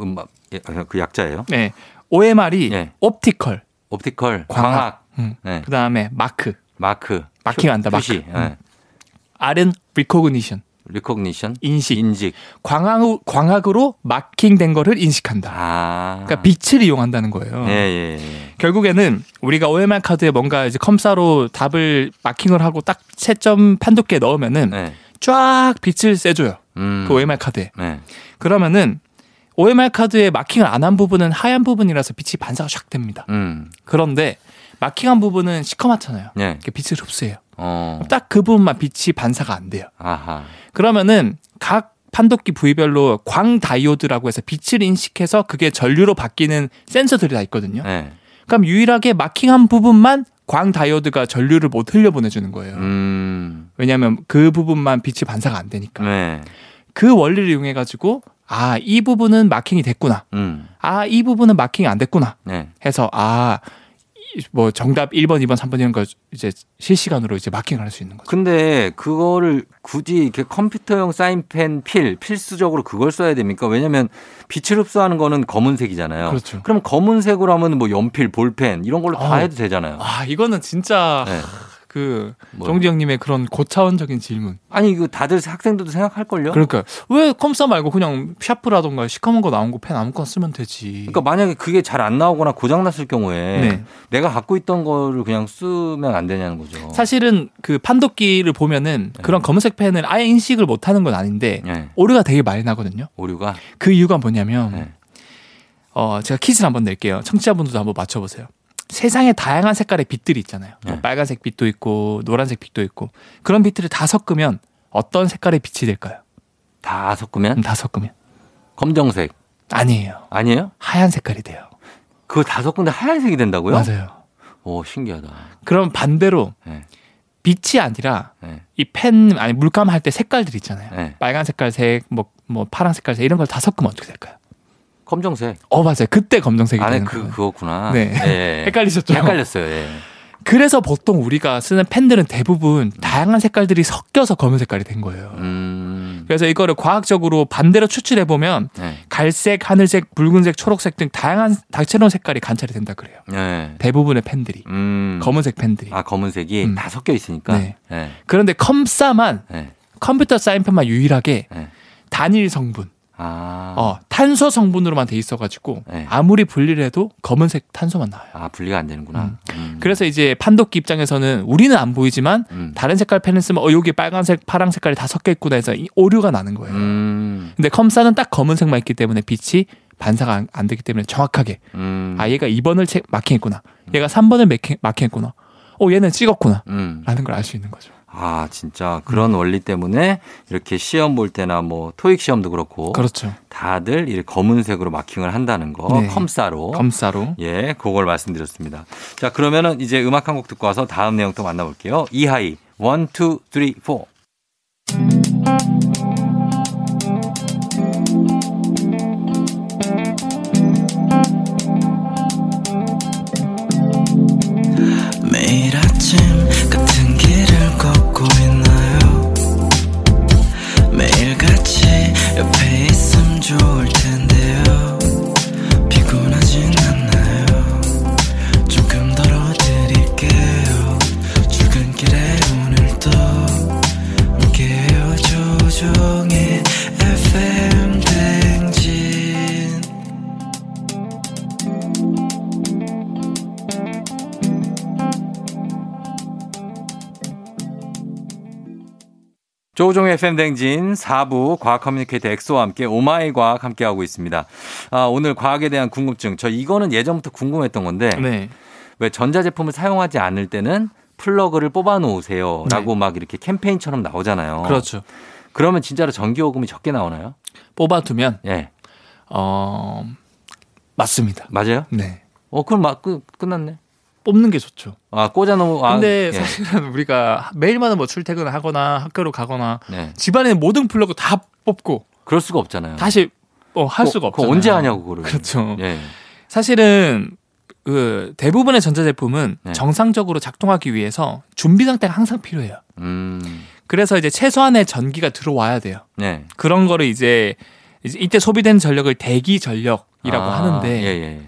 [SPEAKER 1] 음, 막, 예, 아, 그 약자예요?
[SPEAKER 2] 네, OMR이
[SPEAKER 1] 네.
[SPEAKER 2] 옵티컬,
[SPEAKER 1] 옵티컬,
[SPEAKER 2] 광학.
[SPEAKER 1] 광학,
[SPEAKER 2] 음,
[SPEAKER 1] 네.
[SPEAKER 2] 그다음에 마크,
[SPEAKER 1] 마크,
[SPEAKER 2] 마킹한다,
[SPEAKER 1] 표시, 네.
[SPEAKER 2] 마크. 음. R은 recognition,
[SPEAKER 1] 리코그니션,
[SPEAKER 2] 인식.
[SPEAKER 1] 인식.
[SPEAKER 2] 광학, 광학으로 마킹된 거를 인식한다.
[SPEAKER 1] 아,
[SPEAKER 2] 그러니까 빛을 이용한다는 거예요.
[SPEAKER 1] 예, 예, 예.
[SPEAKER 2] 결국에는 우리가 OMR 카드에 뭔가 이제 컴사로 답을 마킹을 하고 딱 채점 판독기에 넣으면은
[SPEAKER 1] 네.
[SPEAKER 2] 쫙 빛을 쐬줘요.
[SPEAKER 1] 음,
[SPEAKER 2] 그 OMR 카드에.
[SPEAKER 1] 네.
[SPEAKER 2] 그러면은 OMR 카드에 마킹을 안 한 부분은 하얀 부분이라서 빛이 반사가 샥 됩니다.
[SPEAKER 1] 음,
[SPEAKER 2] 그런데 마킹한 부분은 시커멓잖아요.
[SPEAKER 1] 예.
[SPEAKER 2] 이렇게 빛을 흡수해요.
[SPEAKER 1] 어,
[SPEAKER 2] 딱 그 부분만 빛이 반사가 안 돼요.
[SPEAKER 1] 아하,
[SPEAKER 2] 그러면은 각 판독기 부위별로 광 다이오드라고 해서 빛을 인식해서 그게 전류로 바뀌는 센서들이 다 있거든요.
[SPEAKER 1] 예.
[SPEAKER 2] 그럼 유일하게 마킹한 부분만 광 다이오드가 전류를 못 흘려 보내주는 거예요.
[SPEAKER 1] 음,
[SPEAKER 2] 왜냐하면 그 부분만 빛이 반사가 안 되니까.
[SPEAKER 1] 네.
[SPEAKER 2] 그 원리를 이용해 가지고 아 이 부분은 마킹이 됐구나.
[SPEAKER 1] 음,
[SPEAKER 2] 아 이 부분은 마킹이 안 됐구나.
[SPEAKER 1] 네.
[SPEAKER 2] 해서 아 뭐 정답 1번, 2번, 3번 이런 걸 이제 실시간으로 이제 마킹을 할 수 있는 거죠.
[SPEAKER 1] 근데 그거를 굳이 이렇게 컴퓨터용 사인펜 필 필수적으로 그걸 써야 됩니까? 왜냐면 빛을 흡수하는 거는 검은색이잖아요.
[SPEAKER 2] 그렇죠.
[SPEAKER 1] 럼 검은색으로 하면 뭐 연필, 볼펜 이런 걸로 다
[SPEAKER 2] 어.
[SPEAKER 1] 해도 되잖아요.
[SPEAKER 2] 아 이거는 진짜
[SPEAKER 1] 네.
[SPEAKER 2] 그
[SPEAKER 1] 뭐.
[SPEAKER 2] 정지 형님의 그런 고차원적인 질문.
[SPEAKER 1] 아니 이거 다들 학생들도 생각할 걸요?
[SPEAKER 2] 그러니까 왜 컴사 말고 그냥 샤프라던가 시커먼 거 나온 거 펜 아무거나 쓰면 되지.
[SPEAKER 1] 그러니까 만약에 그게 잘 안 나오거나 고장 났을 경우에
[SPEAKER 2] 네.
[SPEAKER 1] 내가 갖고 있던 거를 그냥 쓰면 안 되냐는 거죠.
[SPEAKER 2] 사실은 그 판독기를 보면은 그런 검은색 펜을 아예 인식을 못 하는 건 아닌데
[SPEAKER 1] 네.
[SPEAKER 2] 오류가 되게 많이 나거든요.
[SPEAKER 1] 오류가
[SPEAKER 2] 그 이유가 뭐냐면
[SPEAKER 1] 네.
[SPEAKER 2] 어 제가 퀴즈를 한번 낼게요. 청취자분들도 한번 맞춰 보세요. 세상에 다양한 색깔의 빛들이 있잖아요. 뭐
[SPEAKER 1] 네.
[SPEAKER 2] 빨간색 빛도 있고 노란색 빛도 있고 그런 빛들을 다 섞으면 어떤 색깔의 빛이 될까요?
[SPEAKER 1] 다 섞으면
[SPEAKER 2] 음, 다 섞으면
[SPEAKER 1] 검정색
[SPEAKER 2] 아니에요.
[SPEAKER 1] 아니에요?
[SPEAKER 2] 하얀 색깔이 돼요.
[SPEAKER 1] 그거 다 섞는데 하얀색이 된다고요?
[SPEAKER 2] 맞아요.
[SPEAKER 1] 오 신기하다.
[SPEAKER 2] 그럼 반대로
[SPEAKER 1] 네.
[SPEAKER 2] 빛이 아니라
[SPEAKER 1] 네.
[SPEAKER 2] 이 펜 아니 물감 할 때 색깔들 있잖아요.
[SPEAKER 1] 네.
[SPEAKER 2] 빨간 색깔색 뭐 뭐 파란 색깔색 이런 걸 다 섞으면 어떻게 될까요?
[SPEAKER 1] 검정색.
[SPEAKER 2] 어 맞아요. 그때 검정색이
[SPEAKER 1] 안에
[SPEAKER 2] 되는
[SPEAKER 1] 그
[SPEAKER 2] 거예요.
[SPEAKER 1] 그거구나.
[SPEAKER 2] 네.
[SPEAKER 1] 예, 예.
[SPEAKER 2] [LAUGHS] 헷갈리셨죠?
[SPEAKER 1] 헷갈렸어요. 예.
[SPEAKER 2] 그래서 보통 우리가 쓰는 펜들은 대부분 다양한 색깔들이 섞여서 검은 색깔이 된 거예요.
[SPEAKER 1] 음.
[SPEAKER 2] 그래서 이거를 과학적으로 반대로 추출해 보면
[SPEAKER 1] 네.
[SPEAKER 2] 갈색, 하늘색, 붉은색, 초록색 등 다양한 다채로운 색깔이 관찰이 된다 그래요.
[SPEAKER 1] 네.
[SPEAKER 2] 대부분의 펜들이
[SPEAKER 1] 음.
[SPEAKER 2] 검은색 펜들이.
[SPEAKER 1] 아 검은색이
[SPEAKER 2] 음.
[SPEAKER 1] 다 섞여 있으니까.
[SPEAKER 2] 네.
[SPEAKER 1] 예.
[SPEAKER 2] 그런데 컴싸만
[SPEAKER 1] 예.
[SPEAKER 2] 컴퓨터 사인펜만 유일하게
[SPEAKER 1] 예.
[SPEAKER 2] 단일 성분,
[SPEAKER 1] 아,
[SPEAKER 2] 어, 탄소 성분으로만 돼 있어가지고
[SPEAKER 1] 네.
[SPEAKER 2] 아무리 분리를 해도 검은색 탄소만 나와요.
[SPEAKER 1] 아 분리가 안 되는구나. 음.
[SPEAKER 2] 그래서 이제 판독기 입장에서는 우리는 안 보이지만
[SPEAKER 1] 음.
[SPEAKER 2] 다른 색깔 펜을 쓰면 어 여기 빨간색, 파랑 색깔이 다 섞여 있구나 해서 이 오류가 나는 거예요.
[SPEAKER 1] 음.
[SPEAKER 2] 근데 컴사는 딱 검은색만 있기 때문에 빛이 반사가 안, 안 되기 때문에 정확하게
[SPEAKER 1] 음.
[SPEAKER 2] 아 얘가 2번을 체, 마킹했구나, 얘가 3번을 마킹, 마킹했구나, 어 얘는 찍었구나
[SPEAKER 1] 음.
[SPEAKER 2] 라는 걸 알 수 있는 거죠.
[SPEAKER 1] 아,
[SPEAKER 2] 음.
[SPEAKER 1] 진짜 그런 원리 때문에 이렇게 시험 볼 때나 뭐 토익 시험도 그렇고
[SPEAKER 2] 그렇죠.
[SPEAKER 1] 다들 이 검은색으로 마킹을 한다는 거
[SPEAKER 2] 네.
[SPEAKER 1] 컴싸로
[SPEAKER 2] 검사로
[SPEAKER 1] 예, 그걸 말씀드렸습니다. 자, 그러면은 이제 음악 한 곡 듣고 와서 다음 내용 또 만나볼게요. 이하이 1 2 3 4
[SPEAKER 3] 매일 아침 같은 길을 걷고 있나요 매일 같이 옆에 있음 좋을 텐데요 피곤하진 않나요 조금 덜어드릴게요 출근길에 오늘도 함께해요 조종의 FM 댕진
[SPEAKER 1] 조종의 FM댕진 4부 과학 커뮤니케이터 엑소와 함께 오마이 과학 함께하고 있습니다. 아, 오늘 과학에 대한 궁금증. 저 이거는 예전부터 궁금했던 건데
[SPEAKER 2] 네.
[SPEAKER 1] 왜 전자제품을 사용하지 않을 때는 플러그를 뽑아 놓으세요. 라고 막 이렇게 캠페인처럼 나오잖아요.
[SPEAKER 2] 네. 그렇죠.
[SPEAKER 1] 그러면 진짜로 전기요금이 적게 나오나요?
[SPEAKER 2] 뽑아두면
[SPEAKER 1] 예.
[SPEAKER 2] 어 맞습니다.
[SPEAKER 1] 맞아요?
[SPEAKER 2] 네.
[SPEAKER 1] 어, 그럼 막 끝, 끝났네.
[SPEAKER 2] 뽑는 게 좋죠.
[SPEAKER 1] 아, 꽂아 놓으 아,
[SPEAKER 2] 근데
[SPEAKER 1] 예.
[SPEAKER 2] 사실은 우리가 매일마다 뭐 출퇴근을 하거나 학교로 가거나
[SPEAKER 1] 네.
[SPEAKER 2] 집안에 모든 플러그 다 뽑고
[SPEAKER 1] 그럴 수가 없잖아요.
[SPEAKER 2] 다시 어, 할
[SPEAKER 1] 그거-
[SPEAKER 2] 수가
[SPEAKER 1] 그거
[SPEAKER 2] 없잖아요.
[SPEAKER 1] 언제 하냐고 그거를.
[SPEAKER 2] 그렇죠.
[SPEAKER 1] 예.
[SPEAKER 2] 사실은 그 대부분의 전자제품은
[SPEAKER 1] 네.
[SPEAKER 2] 정상적으로 작동하기 위해서 준비 상태가 항상 필요해요.
[SPEAKER 1] 음.
[SPEAKER 2] 그래서 이제 최소한의 전기가 들어와야 돼요.
[SPEAKER 1] 네.
[SPEAKER 2] 그런 거를 이제 이제 이때 소비된 전력을 대기 전력이라고
[SPEAKER 1] 아,
[SPEAKER 2] 하는데
[SPEAKER 1] 예, 예.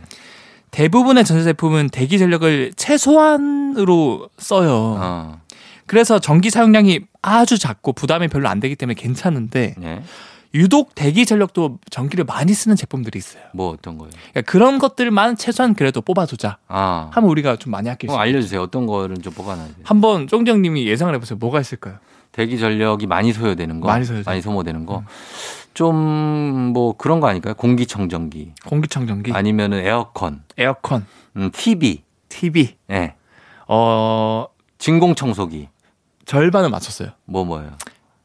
[SPEAKER 2] 대부분의 전자제품은 대기 전력을 최소한으로 써요.
[SPEAKER 1] 어.
[SPEAKER 2] 그래서 전기 사용량이 아주 작고 부담이 별로 안 되기 때문에 괜찮은데
[SPEAKER 1] 예.
[SPEAKER 2] 유독 대기 전력도 전기를 많이 쓰는 제품들이 있어요.
[SPEAKER 1] 뭐 어떤 거예요?
[SPEAKER 2] 그런 것들만 최소한 그래도 뽑아두자
[SPEAKER 1] 아.
[SPEAKER 2] 하면 우리가 좀 많이 아낄 수
[SPEAKER 1] 어,
[SPEAKER 2] 있어요.
[SPEAKER 1] 알려주세요. 어떤 거를 좀 뽑아놔야 돼요?
[SPEAKER 2] 한번 쫑디 형님이 예상을 해보세요. 뭐가 있을까요?
[SPEAKER 1] 대기 전력이 많이 소요되는 거,
[SPEAKER 2] 많이 네. 소요되는
[SPEAKER 1] 모되는 거, 좀 뭐 그런 거 아닐까요? 공기청정기,
[SPEAKER 2] 공기청정기,
[SPEAKER 1] 아니면은 에어컨,
[SPEAKER 2] 에어컨,
[SPEAKER 1] 음, TV,
[SPEAKER 2] TV.
[SPEAKER 1] 예,
[SPEAKER 2] 어
[SPEAKER 1] 진공청소기,
[SPEAKER 2] 절반을 맞췄어요.
[SPEAKER 1] 뭐 뭐예요?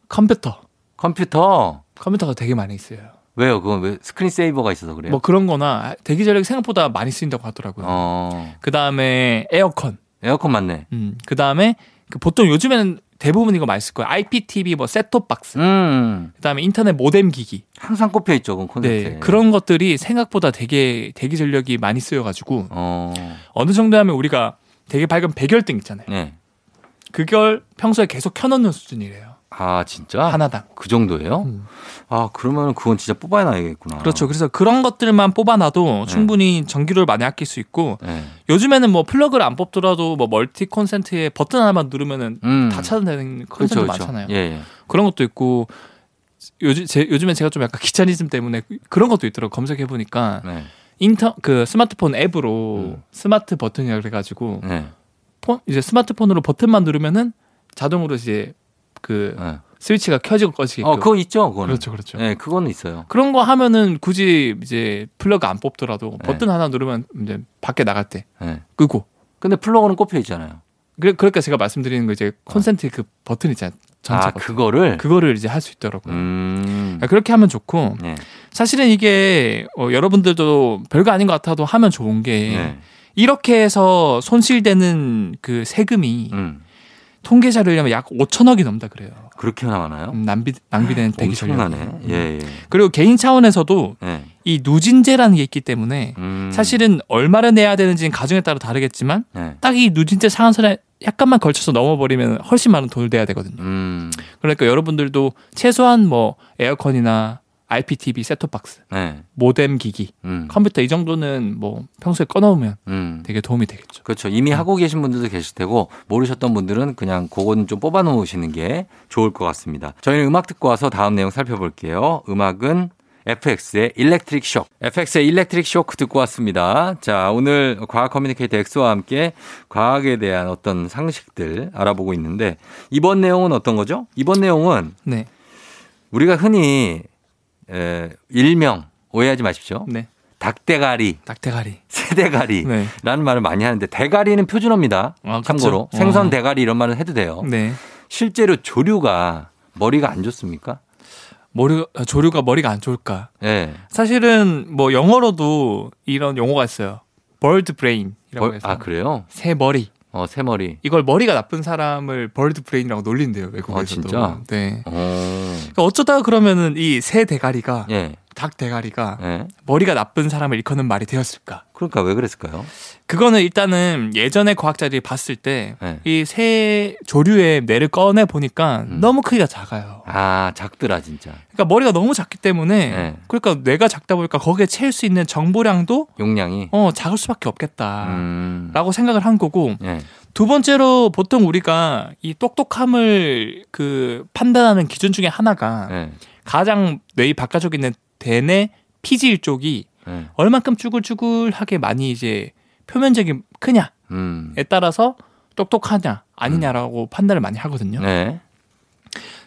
[SPEAKER 2] 컴퓨터.
[SPEAKER 1] 컴퓨터
[SPEAKER 2] 컴퓨터가 되게 많이 있어요.
[SPEAKER 1] 왜요? 그건 왜 스크린 세이버가 있어서 그래요?
[SPEAKER 2] 뭐 그런 거나 대기 전력이 생각보다 많이 쓰인다고 하더라고요.
[SPEAKER 1] 네. 어,
[SPEAKER 2] 그 다음에 에어컨.
[SPEAKER 1] 에어컨 맞네.
[SPEAKER 2] 음, 그다음에 그 보통 요즘에는 대부분 이거 많이 쓸 거예요. IPTV 뭐 셋톱 박스.
[SPEAKER 1] 음,
[SPEAKER 2] 그다음에 인터넷 모뎀 기기.
[SPEAKER 1] 항상 꼽혀 있죠, 그건 콘셉트에.
[SPEAKER 2] 네. 그런 것들이 생각보다 되게 대기 전력이 많이 쓰여 가지고
[SPEAKER 1] 어,
[SPEAKER 2] 어느 정도 하면 우리가 되게 밝은 백열등 있잖아요.
[SPEAKER 1] 네.
[SPEAKER 2] 그걸 평소에 계속 켜 놓는 수준이래요.
[SPEAKER 1] 아 진짜?
[SPEAKER 2] 하나당.
[SPEAKER 1] 그 정도예요?
[SPEAKER 2] 음.
[SPEAKER 1] 아 그러면 그건 진짜 뽑아놔야겠구나. 네.
[SPEAKER 2] 그렇죠. 그래서 그런 것들만 뽑아놔도 충분히 전기료를 많이 아낄 수 있고
[SPEAKER 1] 예.
[SPEAKER 2] 요즘에는 뭐 플러그를 안 뽑더라도 뭐 멀티 콘센트에 버튼 하나만 누르면은
[SPEAKER 1] 음.
[SPEAKER 2] 다 차단되는
[SPEAKER 1] 그렇죠,
[SPEAKER 2] 컨센트
[SPEAKER 1] 그렇죠.
[SPEAKER 2] 많잖아요.
[SPEAKER 1] 예, 예.
[SPEAKER 2] 그런 것도 있고 요즘 제, 요즘에 제가 좀 약간 귀차니즘 때문에 그런 것도 있더라고 검색해 보니까
[SPEAKER 1] 네.
[SPEAKER 2] 인터 그 스마트폰 앱으로
[SPEAKER 1] 음.
[SPEAKER 2] 스마트 버튼이라 그래가지고
[SPEAKER 1] 네.
[SPEAKER 2] 폰 이제 스마트폰으로 버튼만 누르면은 자동으로 이제 그
[SPEAKER 1] 네.
[SPEAKER 2] 스위치가 켜지고 꺼지게끔
[SPEAKER 1] 어, 그거 있죠, 그거는.
[SPEAKER 2] 그렇죠 그렇죠
[SPEAKER 1] 네, 그거는 있어요.
[SPEAKER 2] 그런 거 하면은 굳이 이제 플러그 안 뽑더라도
[SPEAKER 1] 네.
[SPEAKER 2] 버튼 하나 누르면 이제 밖에 나갈 때
[SPEAKER 1] 네.
[SPEAKER 2] 끄고
[SPEAKER 1] 근데 플러그는 꼽혀 있잖아요.
[SPEAKER 2] 그래 그러니까 제가 말씀드리는 거 이제 콘센트 그 버튼 있잖아요 전체
[SPEAKER 1] 아,
[SPEAKER 2] 버튼
[SPEAKER 1] 그거를.
[SPEAKER 2] 그거를 이제 할 수 있더라고요
[SPEAKER 1] 음.
[SPEAKER 2] 그러니까 그렇게 하면 좋고
[SPEAKER 1] 네.
[SPEAKER 2] 사실은 이게 어, 여러분들도 별거 아닌 것 같아도 하면 좋은 게
[SPEAKER 1] 네.
[SPEAKER 2] 이렇게 해서 손실되는 그 세금이
[SPEAKER 1] 음.
[SPEAKER 2] 통계 자료에 하면 약 5천억이 넘다 그래요.
[SPEAKER 1] 그렇게나 많아요?
[SPEAKER 2] 음, 낭비 낭비된 대기 전력.
[SPEAKER 1] 엄청나네. 예, 예.
[SPEAKER 2] 그리고 개인 차원에서도
[SPEAKER 1] 네.
[SPEAKER 2] 이 누진제라는 게 있기 때문에
[SPEAKER 1] 음.
[SPEAKER 2] 음. 사실은 얼마를 내야 되는지는 가정에 따라 다르겠지만
[SPEAKER 1] 네.
[SPEAKER 2] 딱 이 누진제 상한선에 약간만 걸쳐서 넘어버리면 훨씬 많은 돈을 내야 되거든요.
[SPEAKER 1] 음.
[SPEAKER 2] 그러니까 여러분들도 최소한 뭐 에어컨이나 IPTV 셋톱박스,
[SPEAKER 1] 네.
[SPEAKER 2] 모뎀 기기
[SPEAKER 1] 음.
[SPEAKER 2] 컴퓨터 이 정도는 뭐 평소에 꺼놓으면
[SPEAKER 1] 음.
[SPEAKER 2] 되게 도움이 되겠죠.
[SPEAKER 1] 그렇죠. 이미 하고 계신 분들도 계실 테고 모르셨던 분들은 그냥 그건 좀 뽑아 놓으시는 게 좋을 것 같습니다. 저희는 음악 듣고 와서 다음 내용 살펴볼게요. 음악은 FX의 일렉트릭 쇼크. FX의 일렉트릭 쇼크 듣고 왔습니다. 자, 오늘 과학 커뮤니케이터 엑소와 함께 과학에 대한 어떤 상식들 알아보고 있는데 이번 내용은 어떤 거죠? 이번 내용은
[SPEAKER 2] 네.
[SPEAKER 1] 우리가 흔히 에, 일명 오해하지 마십시오.
[SPEAKER 2] 네.
[SPEAKER 1] 닭대가리,
[SPEAKER 2] 닭대가리.
[SPEAKER 1] 새대가리라는
[SPEAKER 2] 네.
[SPEAKER 1] 말을 많이 하는데 대가리는 표준어입니다.
[SPEAKER 2] 아, 그쵸.
[SPEAKER 1] 참고로
[SPEAKER 2] 어.
[SPEAKER 1] 생선 대가리 이런 말은 해도 돼요.
[SPEAKER 2] 네.
[SPEAKER 1] 실제로 조류가 머리가 안 좋습니까?
[SPEAKER 2] 머리 조류가 머리가 안 좋을까?
[SPEAKER 1] 예.
[SPEAKER 2] 사실은 뭐 영어로도 이런 용어가 있어요. bird brain이라고
[SPEAKER 1] 벌-
[SPEAKER 2] 해서
[SPEAKER 1] 아 그래요?
[SPEAKER 2] 새 머리.
[SPEAKER 1] 어 새머리.
[SPEAKER 2] 이걸 머리가 나쁜 사람을 bird brain이라고 놀린대요 외국에서도.
[SPEAKER 1] 아, 진짜?
[SPEAKER 2] 네.
[SPEAKER 1] 어.
[SPEAKER 2] 그러니까 어쩌다가 그러면은 이 새 대가리가
[SPEAKER 1] 예.
[SPEAKER 2] 닭 대가리가
[SPEAKER 1] 예.
[SPEAKER 2] 머리가 나쁜 사람을 일컫는 말이 되었을까?
[SPEAKER 1] 그러니까 왜 그랬을까요?
[SPEAKER 2] 그거는 일단은 예전에 과학자들이 봤을 때
[SPEAKER 1] 예.
[SPEAKER 2] 이 새 조류의 뇌를 꺼내 보니까
[SPEAKER 1] 음.
[SPEAKER 2] 너무 크기가 작아요.
[SPEAKER 1] 아 작더라 진짜.
[SPEAKER 2] 그러니까 머리가 너무 작기 때문에
[SPEAKER 1] 네.
[SPEAKER 2] 그러니까 뇌가 작다 보니까 거기에 채울 수 있는 정보량도
[SPEAKER 1] 용량이.
[SPEAKER 2] 어 작을 수밖에 없겠다라고
[SPEAKER 1] 음.
[SPEAKER 2] 생각을 한 거고
[SPEAKER 1] 예.
[SPEAKER 2] 두 번째로 보통 우리가 이 똑똑함을 그 판단하는 기준 중에 하나가
[SPEAKER 1] 예.
[SPEAKER 2] 가장 뇌의 바깥쪽에 있는 대뇌 피질 쪽이
[SPEAKER 1] 예.
[SPEAKER 2] 얼만큼 쭈글쭈글하게 많이 이제 표면적인 크냐에
[SPEAKER 1] 음.
[SPEAKER 2] 따라서 똑똑하냐 아니냐라고 판단을 많이 하거든요.
[SPEAKER 1] 네.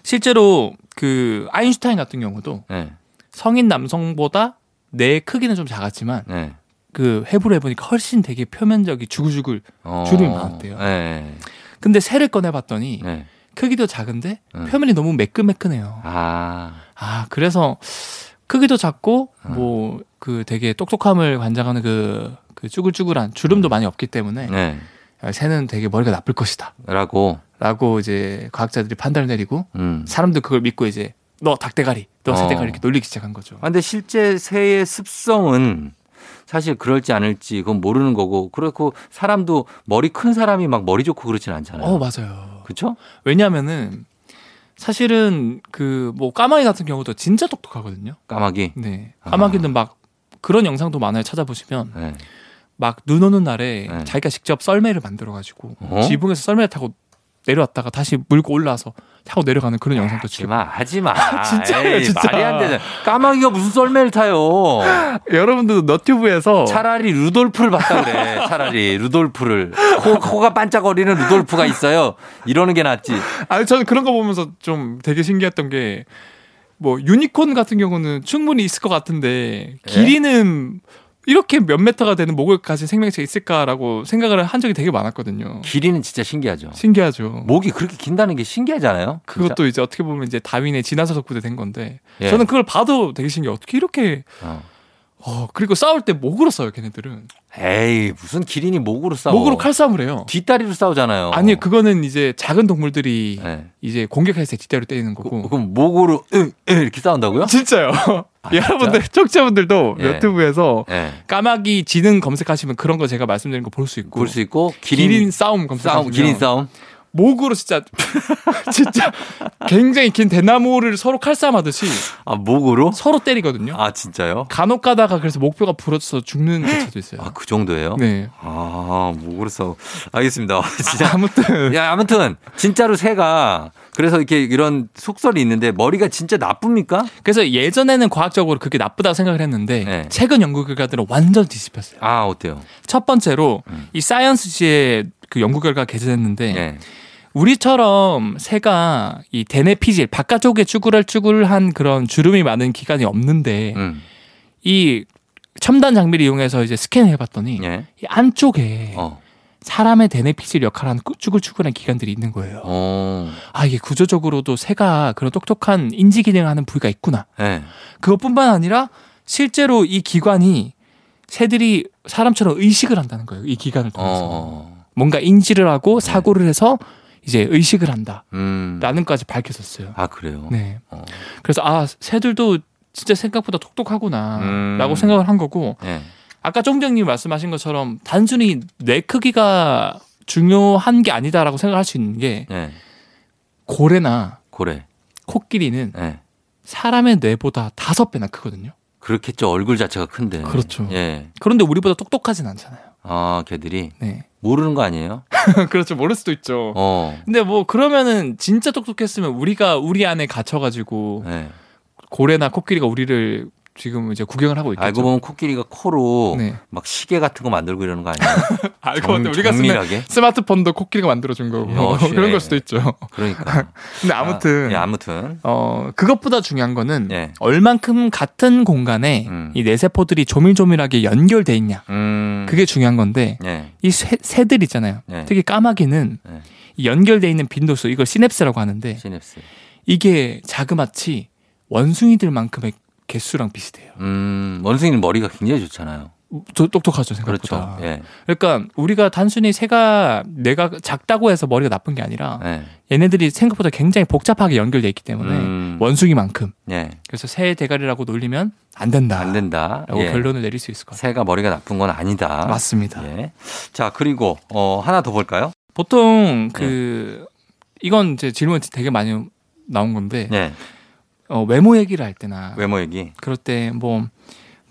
[SPEAKER 2] 실제로 그 아인슈타인 같은 경우도
[SPEAKER 1] 네.
[SPEAKER 2] 성인 남성보다 뇌 크기는 좀 작았지만
[SPEAKER 1] 네.
[SPEAKER 2] 그 해부를 해보니까 훨씬 되게 표면적이 주글주글.
[SPEAKER 1] 어.
[SPEAKER 2] 줄이 많았대요.
[SPEAKER 1] 네.
[SPEAKER 2] 근데 새를 꺼내봤더니
[SPEAKER 1] 네.
[SPEAKER 2] 크기도 작은데
[SPEAKER 1] 음.
[SPEAKER 2] 표면이 너무 매끈매끈해요.
[SPEAKER 1] 아.
[SPEAKER 2] 아 그래서 크기도 작고
[SPEAKER 1] 음.
[SPEAKER 2] 뭐 그 되게 똑똑함을 관장하는 그, 그 쭈글쭈글한 주름도 많이 없기 때문에 아,
[SPEAKER 1] 네.
[SPEAKER 2] 새는 되게 머리가 나쁠 것이다.
[SPEAKER 1] 라고.
[SPEAKER 2] 라고 이제 과학자들이 판단을 내리고
[SPEAKER 1] 음.
[SPEAKER 2] 사람도 그걸 믿고 이제 너 닭대가리, 너
[SPEAKER 1] 어.
[SPEAKER 2] 새대가리 이렇게 놀리기 시작한 거죠.
[SPEAKER 1] 아, 근데 실제 새의 습성은 사실 그럴지 않을지 그건 모르는 거고 그렇고 사람도 머리 큰 사람이 막 머리 좋고 그렇진 않잖아요.
[SPEAKER 2] 어, 맞아요.
[SPEAKER 1] 그렇죠?
[SPEAKER 2] 왜냐면은 사실은 그 뭐 까마귀 같은 경우도 진짜 똑똑하거든요.
[SPEAKER 1] 까마귀.
[SPEAKER 2] 네.
[SPEAKER 1] 아.
[SPEAKER 2] 까마귀는 막 그런 영상도 많아요. 찾아보시면
[SPEAKER 1] 네.
[SPEAKER 2] 막 눈 오는 날에
[SPEAKER 1] 네.
[SPEAKER 2] 자기가 직접 썰매를 만들어 가지고
[SPEAKER 1] 어?
[SPEAKER 2] 지붕에서 썰매를 타고 내려왔다가 다시 물고 올라와서 타고 내려가는 그런 영상도
[SPEAKER 1] 하지
[SPEAKER 2] 지금
[SPEAKER 1] 마, 하지
[SPEAKER 2] [LAUGHS]
[SPEAKER 1] 마.
[SPEAKER 2] 아, 진짜예요, 어.
[SPEAKER 1] 에이,
[SPEAKER 2] 진짜.
[SPEAKER 1] 말이 안 되잖아. 까마귀가 무슨 썰매를 타요.
[SPEAKER 2] 여러분들도 너튜브에서
[SPEAKER 1] 차라리 루돌프를 봤다 그래. 차라리 루돌프를. 코, 코가 반짝거리는 루돌프가 있어요. 이러는 게 낫지.
[SPEAKER 2] 아니 저는 그런 거 보면서 좀 되게 신기했던 게 뭐 유니콘 같은 경우는 충분히 있을 것 같은데 예. 길이는 이렇게 몇 메터가 되는 목을 가진 생명체 있을까라고 생각을 한 적이 되게 많았거든요.
[SPEAKER 1] 길이는 진짜 신기하죠.
[SPEAKER 2] 신기하죠.
[SPEAKER 1] 목이 그렇게 긴다는 게 신기하잖아요.
[SPEAKER 2] 그것도 이제 어떻게 보면 이제 다윈의 진화사 덕분에 된 건데
[SPEAKER 1] 예.
[SPEAKER 2] 저는 그걸 봐도 되게 신기해. 어떻게 이렇게
[SPEAKER 1] 어.
[SPEAKER 2] 어 그리고 싸울 때 목으로 싸요 걔네들은
[SPEAKER 1] 에이 무슨 기린이 목으로 싸워? 어.
[SPEAKER 2] 목으로 칼싸움을 해요.
[SPEAKER 1] 뒷다리로 싸우잖아요.
[SPEAKER 2] 아니 그거는 이제 작은 동물들이
[SPEAKER 1] 예.
[SPEAKER 2] 이제 공격할 때 뒷다리로 때리는 거고 아,
[SPEAKER 1] 그- 그럼 목으로 으, 으 이렇게 싸운다고요?
[SPEAKER 2] 진짜요. [LAUGHS] 여러분들 청취자분들도
[SPEAKER 1] 예.
[SPEAKER 2] 유튜브에서
[SPEAKER 1] 예.
[SPEAKER 2] 까마귀 지능 검색하시면 그런 거 제가 말씀드린 거 볼 수 있고
[SPEAKER 1] 볼 수 있고 기린,
[SPEAKER 2] 그 기린, 싸움 검색하시면
[SPEAKER 1] 싸움, 기린 싸움.
[SPEAKER 2] 목으로 진짜 [LAUGHS] 진짜 굉장히 긴 대나무를 서로 칼싸움하듯이
[SPEAKER 1] 아 목으로?
[SPEAKER 2] 서로 때리거든요.
[SPEAKER 1] 아 진짜요?
[SPEAKER 2] 간혹 가다가 그래서 목뼈가
[SPEAKER 1] [GASPS]
[SPEAKER 2] 부러져서 죽는 경우도 있어요.
[SPEAKER 1] 아 그 정도예요?
[SPEAKER 2] 네.
[SPEAKER 1] 아 목으로 싸우. 알겠습니다. [LAUGHS] 진짜.
[SPEAKER 2] 아무튼 네.
[SPEAKER 1] 야 아무튼 진짜로 새가 그래서 이렇게 이런 속설이 있는데 머리가 진짜 나쁩니까?
[SPEAKER 2] 그래서 예전에는 과학적으로 그게 나쁘다고 생각을 했는데
[SPEAKER 1] 네.
[SPEAKER 2] 최근 연구 결과들은 완전 뒤집혔어요.
[SPEAKER 1] 아 어때요?
[SPEAKER 2] 첫 번째로
[SPEAKER 1] 음.
[SPEAKER 2] 이 사이언스지에 그 연구 결과 게재됐는데
[SPEAKER 1] 예.
[SPEAKER 2] 우리처럼 새가 이 대뇌 피질 바깥쪽에 쭈글쭈글한 그런 주름이 많은 기관이 없는데
[SPEAKER 1] 음.
[SPEAKER 2] 이 첨단 장비를 이용해서 이제 스캔을 해봤더니
[SPEAKER 1] 예.
[SPEAKER 2] 이 안쪽에
[SPEAKER 1] 어.
[SPEAKER 2] 사람의 대뇌 피질 역할을 하는 쭈글쭈글한 기관들이 있는 거예요.
[SPEAKER 1] 어.
[SPEAKER 2] 아 이게 구조적으로도 새가 그런 똑똑한 인지 기능을 하는 부위가 있구나.
[SPEAKER 1] 예.
[SPEAKER 2] 그것뿐만 아니라 실제로 이 기관이 새들이 사람처럼 의식을 한다는 거예요. 이 기관을
[SPEAKER 1] 어.
[SPEAKER 2] 통해서
[SPEAKER 1] 어.
[SPEAKER 2] 뭔가 인지를 하고 사고를 해서 이제 의식을 한다라는까지
[SPEAKER 1] 음.
[SPEAKER 2] 밝혀졌어요.
[SPEAKER 1] 아 그래요?
[SPEAKER 2] 네.
[SPEAKER 1] 어.
[SPEAKER 2] 그래서 아 새들도 진짜 생각보다
[SPEAKER 1] 음.
[SPEAKER 2] 똑똑하구나라고 생각을 한 거고
[SPEAKER 1] 예.
[SPEAKER 2] 아까 총장님 말씀하신 것처럼 단순히 뇌 크기가 중요한 게 아니다라고 생각할 수 있는 게
[SPEAKER 1] 예.
[SPEAKER 2] 고래나
[SPEAKER 1] 고래.
[SPEAKER 2] 코끼리는
[SPEAKER 1] 예.
[SPEAKER 2] 사람의 뇌보다 다섯 배나 크거든요.
[SPEAKER 1] 그렇겠죠. 얼굴 자체가 큰데.
[SPEAKER 2] 그렇죠.
[SPEAKER 1] 예.
[SPEAKER 2] 그런데 우리보다 똑똑하진 않잖아요.
[SPEAKER 1] 아, 걔들이
[SPEAKER 2] 네.
[SPEAKER 1] 모르는 거 아니에요?
[SPEAKER 2] [LAUGHS] 그렇죠. 모를 수도 있죠.
[SPEAKER 1] 어.
[SPEAKER 2] 근데 뭐 그러면은 진짜 똑똑했으면 우리가 우리 안에 갇혀가지고
[SPEAKER 1] 예.
[SPEAKER 2] 고래나 코끼리가 우리를 지금 이제 구경을 하고 있겠죠.
[SPEAKER 1] 알고 보면 뭐 코끼리가 코로
[SPEAKER 2] 네.
[SPEAKER 1] 막 시계 같은 거 만들고 이러는 거 아니에요?
[SPEAKER 2] [LAUGHS] 알고
[SPEAKER 1] 정-
[SPEAKER 2] 봤는데 우리가 쓰는
[SPEAKER 1] 정밀하게?
[SPEAKER 2] 스마트폰도 코끼리가 만들어준 거고 뭐
[SPEAKER 1] 역시.
[SPEAKER 2] 그런 걸
[SPEAKER 1] [LAUGHS]
[SPEAKER 2] 수도 있죠.
[SPEAKER 1] 그러니까.
[SPEAKER 2] 근데 어. [LAUGHS] 아무튼
[SPEAKER 1] 예, 아무튼.
[SPEAKER 2] 어 그것보다 중요한 거는
[SPEAKER 1] 예.
[SPEAKER 2] 얼만큼 같은 공간에
[SPEAKER 1] 음.
[SPEAKER 2] 이 내세포들이 조밀조밀하게 연결돼 있냐
[SPEAKER 1] 음.
[SPEAKER 2] 그게 중요한 건데
[SPEAKER 1] 예.
[SPEAKER 2] 이 새, 새들 있잖아요.
[SPEAKER 1] 네.
[SPEAKER 2] 특히 까마귀는
[SPEAKER 1] 네.
[SPEAKER 2] 이 연결돼 있는 빈도수 이걸 시냅스라고 하는데
[SPEAKER 1] 시냅스.
[SPEAKER 2] 이게 자그마치 원숭이들만큼의 개수랑 비슷해요.
[SPEAKER 1] 음, 원숭이는 머리가 굉장히 좋잖아요.
[SPEAKER 2] 저 똑똑하죠 생각보다.
[SPEAKER 1] 그렇죠. 예.
[SPEAKER 2] 그러니까 우리가 단순히 새가 뇌가 작다고 해서 머리가 나쁜 게 아니라
[SPEAKER 1] 예.
[SPEAKER 2] 얘네들이 생각보다 굉장히 복잡하게 연결돼 있기 때문에
[SPEAKER 1] 음.
[SPEAKER 2] 원숭이만큼
[SPEAKER 1] 예.
[SPEAKER 2] 그래서 새 대가리라고 놀리면 안 된다.
[SPEAKER 1] 안 된다라고 예.
[SPEAKER 2] 라고 결론을 내릴 수 있을 것 같아요.
[SPEAKER 1] 새가 머리가 나쁜 건 아니다.
[SPEAKER 2] 맞습니다.
[SPEAKER 1] 예. 자, 그리고 어, 하나 더 볼까요? 예.
[SPEAKER 2] 보통 그 이건 이제 질문 되게 많이 나온 건데
[SPEAKER 1] 예.
[SPEAKER 2] 어, 외모 얘기를 할 때나
[SPEAKER 1] 외모 얘기.
[SPEAKER 2] 그럴 때 뭐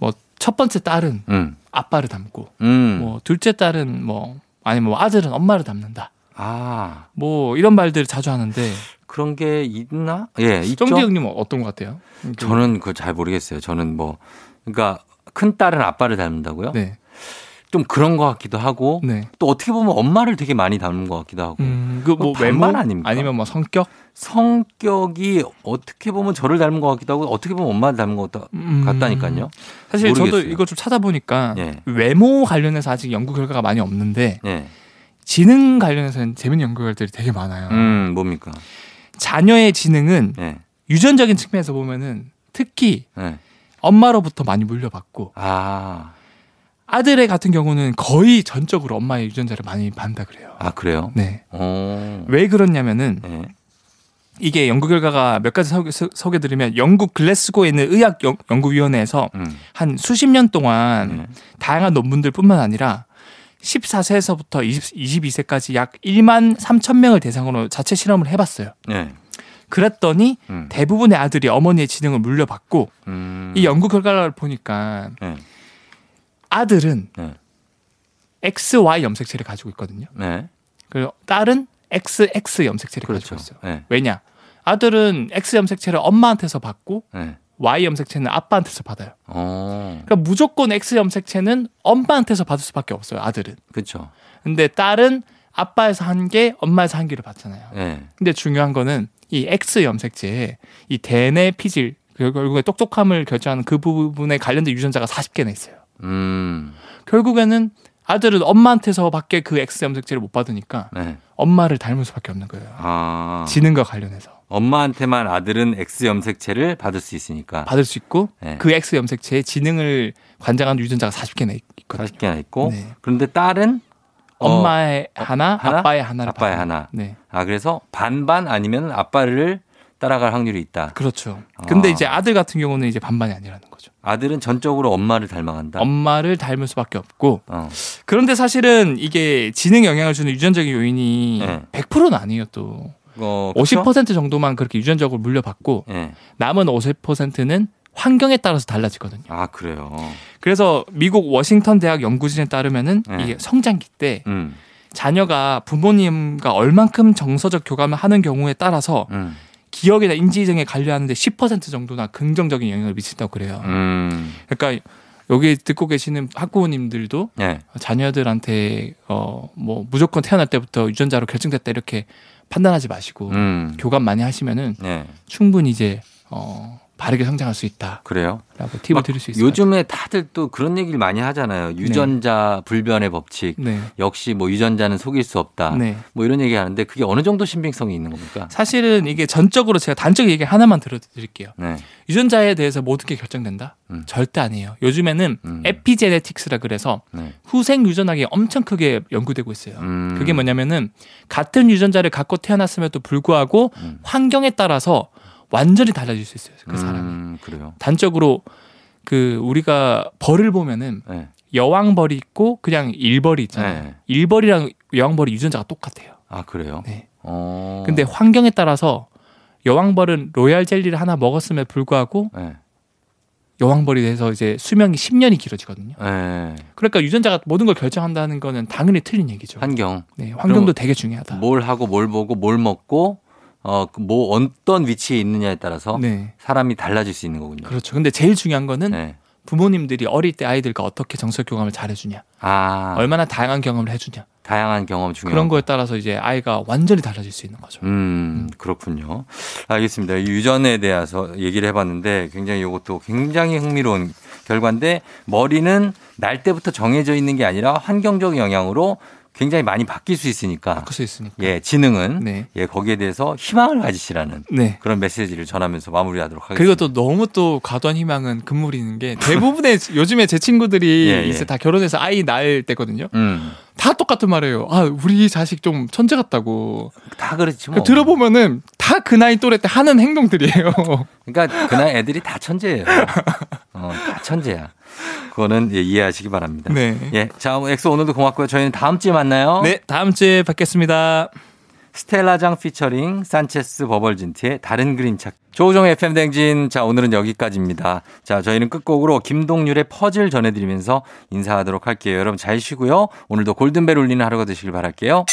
[SPEAKER 2] 뭐 첫 번째 딸은
[SPEAKER 1] 음.
[SPEAKER 2] 아빠를 닮고
[SPEAKER 1] 음.
[SPEAKER 2] 뭐 둘째 딸은 뭐 아니면 뭐 아들은 엄마를 닮는다.
[SPEAKER 1] 아,
[SPEAKER 2] 뭐 이런 말들을 자주 하는데
[SPEAKER 1] 그런 게 있나? 예, 있죠.
[SPEAKER 2] 정재영님 은 어떤 것 같아요?
[SPEAKER 1] 저는 그걸 잘 모르겠어요. 저는 뭐 그러니까 큰 딸은 아빠를 닮는다고요?
[SPEAKER 2] 네,
[SPEAKER 1] 좀 그런 것 같기도 하고
[SPEAKER 2] 네.
[SPEAKER 1] 또 어떻게 보면 엄마를 되게 많이 닮은 것 같기도 하고
[SPEAKER 2] 음, 그 뭐
[SPEAKER 1] 그건
[SPEAKER 2] 외모
[SPEAKER 1] 반반 아닙니까?
[SPEAKER 2] 아니면 뭐 성격
[SPEAKER 1] 성격이 어떻게 보면 저를 닮은 것 같기도 하고 어떻게 보면 엄마를 닮은 것 같다-
[SPEAKER 2] 음,
[SPEAKER 1] 같다니까요.
[SPEAKER 2] 사실 저도
[SPEAKER 1] 모르겠어요.
[SPEAKER 2] 이거 좀 찾아보니까
[SPEAKER 1] 예.
[SPEAKER 2] 외모 관련해서 아직 연구 결과가 많이 없는데
[SPEAKER 1] 예,
[SPEAKER 2] 지능 관련해서는 재밌는 연구 결과들이 되게 많아요.
[SPEAKER 1] 음 뭡니까?
[SPEAKER 2] 자녀의 지능은
[SPEAKER 1] 예,
[SPEAKER 2] 유전적인 측면에서 보면은 특히
[SPEAKER 1] 예.
[SPEAKER 2] 엄마로부터 많이 물려받고
[SPEAKER 1] 아,
[SPEAKER 2] 아들의 같은 경우는 거의 전적으로 엄마의 유전자를 많이 받는다 그래요.
[SPEAKER 1] 아 그래요?
[SPEAKER 2] 네.
[SPEAKER 1] 어,
[SPEAKER 2] 왜 그렇냐면은
[SPEAKER 1] 예,
[SPEAKER 2] 이게 연구 결과가 몇 가지 소개, 소- 소개드리면 영국 글래스고에 있는 의학 연- 연구위원회에서
[SPEAKER 1] 음,
[SPEAKER 2] 한 수십 년 동안
[SPEAKER 1] 예.
[SPEAKER 2] 다양한 논문들뿐만 아니라 14세에서부터 20, 22세까지 약 1만 3천 명을 대상으로 자체 실험을 해봤어요.
[SPEAKER 1] 예,
[SPEAKER 2] 그랬더니
[SPEAKER 1] 음,
[SPEAKER 2] 대부분의 아들이 어머니의 지능을 물려받고
[SPEAKER 1] 음,
[SPEAKER 2] 이 연구 결과를 보니까
[SPEAKER 1] 예,
[SPEAKER 2] 아들은
[SPEAKER 1] 네.
[SPEAKER 2] XY 염색체를 가지고 있거든요.
[SPEAKER 1] 예,
[SPEAKER 2] 그리고 딸은 XX 염색체를
[SPEAKER 1] 그렇죠.
[SPEAKER 2] 가지고 있어요.
[SPEAKER 1] 예,
[SPEAKER 2] 왜냐? 아들은 X 염색체를 엄마한테서 받고
[SPEAKER 1] 예,
[SPEAKER 2] Y 염색체는 아빠한테서 받아요.
[SPEAKER 1] 어,
[SPEAKER 2] 그러니까 무조건 X 염색체는 엄마한테서 받을 수밖에 없어요. 아들은.
[SPEAKER 1] 그렇죠.
[SPEAKER 2] 근데 딸은 아빠에서 한 개, 엄마에서 한 개를 받잖아요.
[SPEAKER 1] 예,
[SPEAKER 2] 근데 중요한 거는 이 X 염색체에 이 대뇌 피질 그 결국에 똑똑함을 결정하는 그 부분에 관련된 유전자가 40개나 있어요.
[SPEAKER 1] 음,
[SPEAKER 2] 결국에는 아들은 엄마한테서 밖에 그 X 염색체를 못 받으니까
[SPEAKER 1] 예,
[SPEAKER 2] 엄마를 닮을 수밖에 없는 거예요.
[SPEAKER 1] 아,
[SPEAKER 2] 지능과 관련해서
[SPEAKER 1] 엄마한테만 아들은 X 염색체를 받을 수 있으니까
[SPEAKER 2] 받을 수 있고
[SPEAKER 1] 예.
[SPEAKER 2] 그 X 염색체의 지능을 관장하는 유전자가 40개나 있- 있거든요.
[SPEAKER 1] 40개나 있고
[SPEAKER 2] 네.
[SPEAKER 1] 그런데 딸은 어,
[SPEAKER 2] 엄마의 하나,
[SPEAKER 1] 하나,
[SPEAKER 2] 아빠의 하나를
[SPEAKER 1] 아빠의
[SPEAKER 2] 받는.
[SPEAKER 1] 하나.
[SPEAKER 2] 네,
[SPEAKER 1] 아 그래서 반반 아니면 아빠를 따라갈 확률이 있다.
[SPEAKER 2] 그렇죠. 근데
[SPEAKER 1] 아.
[SPEAKER 2] 이제 아들 같은 경우는 이제 반반이 아니라는 거죠.
[SPEAKER 1] 아들은 전적으로 엄마를 닮아간다.
[SPEAKER 2] 엄마를 닮을 수밖에 없고
[SPEAKER 1] 어.
[SPEAKER 2] 그런데 사실은 이게 지능 영향을 주는 유전적인 요인이
[SPEAKER 1] 네.
[SPEAKER 2] 100%는 아니에요 또.
[SPEAKER 1] 어, 그쵸?
[SPEAKER 2] 50% 정도만 그렇게 유전적으로 물려받고
[SPEAKER 1] 예.
[SPEAKER 2] 남은 50%는 환경에 따라서 달라지거든요.
[SPEAKER 1] 아 그래요.
[SPEAKER 2] 그래서 미국 워싱턴 대학 연구진에 따르면은
[SPEAKER 1] 네.
[SPEAKER 2] 이게 성장기 때
[SPEAKER 1] 음,
[SPEAKER 2] 자녀가 부모님과 얼만큼 정서적 교감을 하는 경우에 따라서
[SPEAKER 1] 음,
[SPEAKER 2] 기억이나 인지 등에 관련하는데 10% 정도나 긍정적인 영향을 미친다고 그래요.
[SPEAKER 1] 음.
[SPEAKER 2] 그러니까 여기 듣고 계시는 학부모님들도
[SPEAKER 1] 예.
[SPEAKER 2] 자녀들한테 어 뭐 무조건 태어날 때부터 유전자로 결정됐다 이렇게 판단하지 마시고
[SPEAKER 1] 음.
[SPEAKER 2] 교감 많이 하시면은
[SPEAKER 1] 예.
[SPEAKER 2] 충분히 이제 어 바르게 성장할 수 있다라고
[SPEAKER 1] 그래요.
[SPEAKER 2] 팁을
[SPEAKER 1] 막
[SPEAKER 2] 드릴 수 있어요.
[SPEAKER 1] 요즘에 다들 또 그런 얘기를 많이 하잖아요. 유전자 불변의 법칙.
[SPEAKER 2] 네.
[SPEAKER 1] 역시 뭐 유전자는 속일 수 없다.
[SPEAKER 2] 네.
[SPEAKER 1] 뭐 이런 얘기 하는데 그게 어느 정도 신빙성이 있는 겁니까?
[SPEAKER 2] 사실은 이게 전적으로 제가 단적 얘기 하나만 들어드릴게요.
[SPEAKER 1] 네.
[SPEAKER 2] 유전자에 대해서 모든 게 결정된다?
[SPEAKER 1] 음.
[SPEAKER 2] 절대 아니에요. 요즘에는
[SPEAKER 1] 음.
[SPEAKER 2] 에피제네틱스라 그래서
[SPEAKER 1] 네.
[SPEAKER 2] 후생 유전학이 엄청 크게 연구되고 있어요.
[SPEAKER 1] 음.
[SPEAKER 2] 그게 뭐냐면은 같은 유전자를 갖고 태어났음에도 불구하고
[SPEAKER 1] 음.
[SPEAKER 2] 환경에 따라서 완전히 달라질 수 있어요. 그 사람이.
[SPEAKER 1] 음, 그래요.
[SPEAKER 2] 단적으로 그 우리가 벌을 보면은
[SPEAKER 1] 예.
[SPEAKER 2] 여왕벌이 있고 그냥 일벌이 있잖아요.
[SPEAKER 1] 네.
[SPEAKER 2] 일벌이랑 여왕벌이 유전자가 똑같아요.
[SPEAKER 1] 아 그래요.
[SPEAKER 2] 네.
[SPEAKER 1] 어.
[SPEAKER 2] 근데 환경에 따라서 여왕벌은 로얄 젤리를 하나 먹었음에 불구하고
[SPEAKER 1] 예.
[SPEAKER 2] 여왕벌이 돼서 이제 수명이 10년이 길어지거든요.
[SPEAKER 1] 예.
[SPEAKER 2] 그러니까 유전자가 모든 걸 결정한다는 거는 당연히 틀린 얘기죠.
[SPEAKER 1] 환경
[SPEAKER 2] 네, 환경도 되게 중요하다.
[SPEAKER 1] 뭘 하고 뭘 보고 뭘 먹고 어, 그뭐 어떤 위치에 있느냐에 따라서
[SPEAKER 2] 네.
[SPEAKER 1] 사람이 달라질 수 있는 거군요.
[SPEAKER 2] 그렇죠. 근데 제일 중요한 거는
[SPEAKER 1] 네.
[SPEAKER 2] 부모님들이 어릴 때 아이들과 어떻게 정서 교감을 잘해주냐,
[SPEAKER 1] 아,
[SPEAKER 2] 얼마나 다양한 경험을 해주냐
[SPEAKER 1] 다양한 경험 중요한
[SPEAKER 2] 그런 거에 따라서 이제 아이가 완전히 달라질 수 있는 거죠.
[SPEAKER 1] 음, 그렇군요. 알겠습니다. 이 유전에 대해서 얘기를 해봤는데 굉장히 이것도 굉장히 흥미로운 결과인데 머리는 날 때부터 정해져 있는 게 아니라 환경적 영향으로 굉장히 많이 바뀔 수 있으니까
[SPEAKER 2] 바꿀 수 있으니까.
[SPEAKER 1] 예, 지능은
[SPEAKER 2] 네.
[SPEAKER 1] 예, 거기에 대해서 희망을 가지시라는
[SPEAKER 2] 네.
[SPEAKER 1] 그런 메시지를 전하면서 마무리하도록 하겠습니다.
[SPEAKER 2] 그리고 또 너무 또 과도한 희망은 금물이는 게 대부분의 [LAUGHS] 요즘에 제 친구들이
[SPEAKER 1] 예, 예.
[SPEAKER 2] 이제 다 결혼해서 아이 낳을 때거든요.
[SPEAKER 1] 음,
[SPEAKER 2] 다 똑같은 말이에요. 아, 우리 자식 좀 천재 같다고.
[SPEAKER 1] 다 그렇지 뭐.
[SPEAKER 2] 그 들어보면은 다 그 나이 또래 때 하는 행동들이에요.
[SPEAKER 1] 그러니까 그날 애들이 다 천재예요. 어, 다 천재야. 그거는 예, 이해하시기 바랍니다.
[SPEAKER 2] 네.
[SPEAKER 1] 예, 자, 엑소 오늘도 고맙고요. 저희는 다음 주에 만나요.
[SPEAKER 2] 네, 다음 주에 뵙겠습니다.
[SPEAKER 1] 스텔라장 피처링 산체스 버벌진트의 다른 그림 찾기. 조우종 FM 댕진. 자, 오늘은 여기까지입니다. 자, 저희는 끝곡으로 김동률의 퍼즐 전해드리면서 인사하도록 할게요. 여러분 잘 쉬고요. 오늘도 골든벨 울리는 하루가 되시길 바랄게요.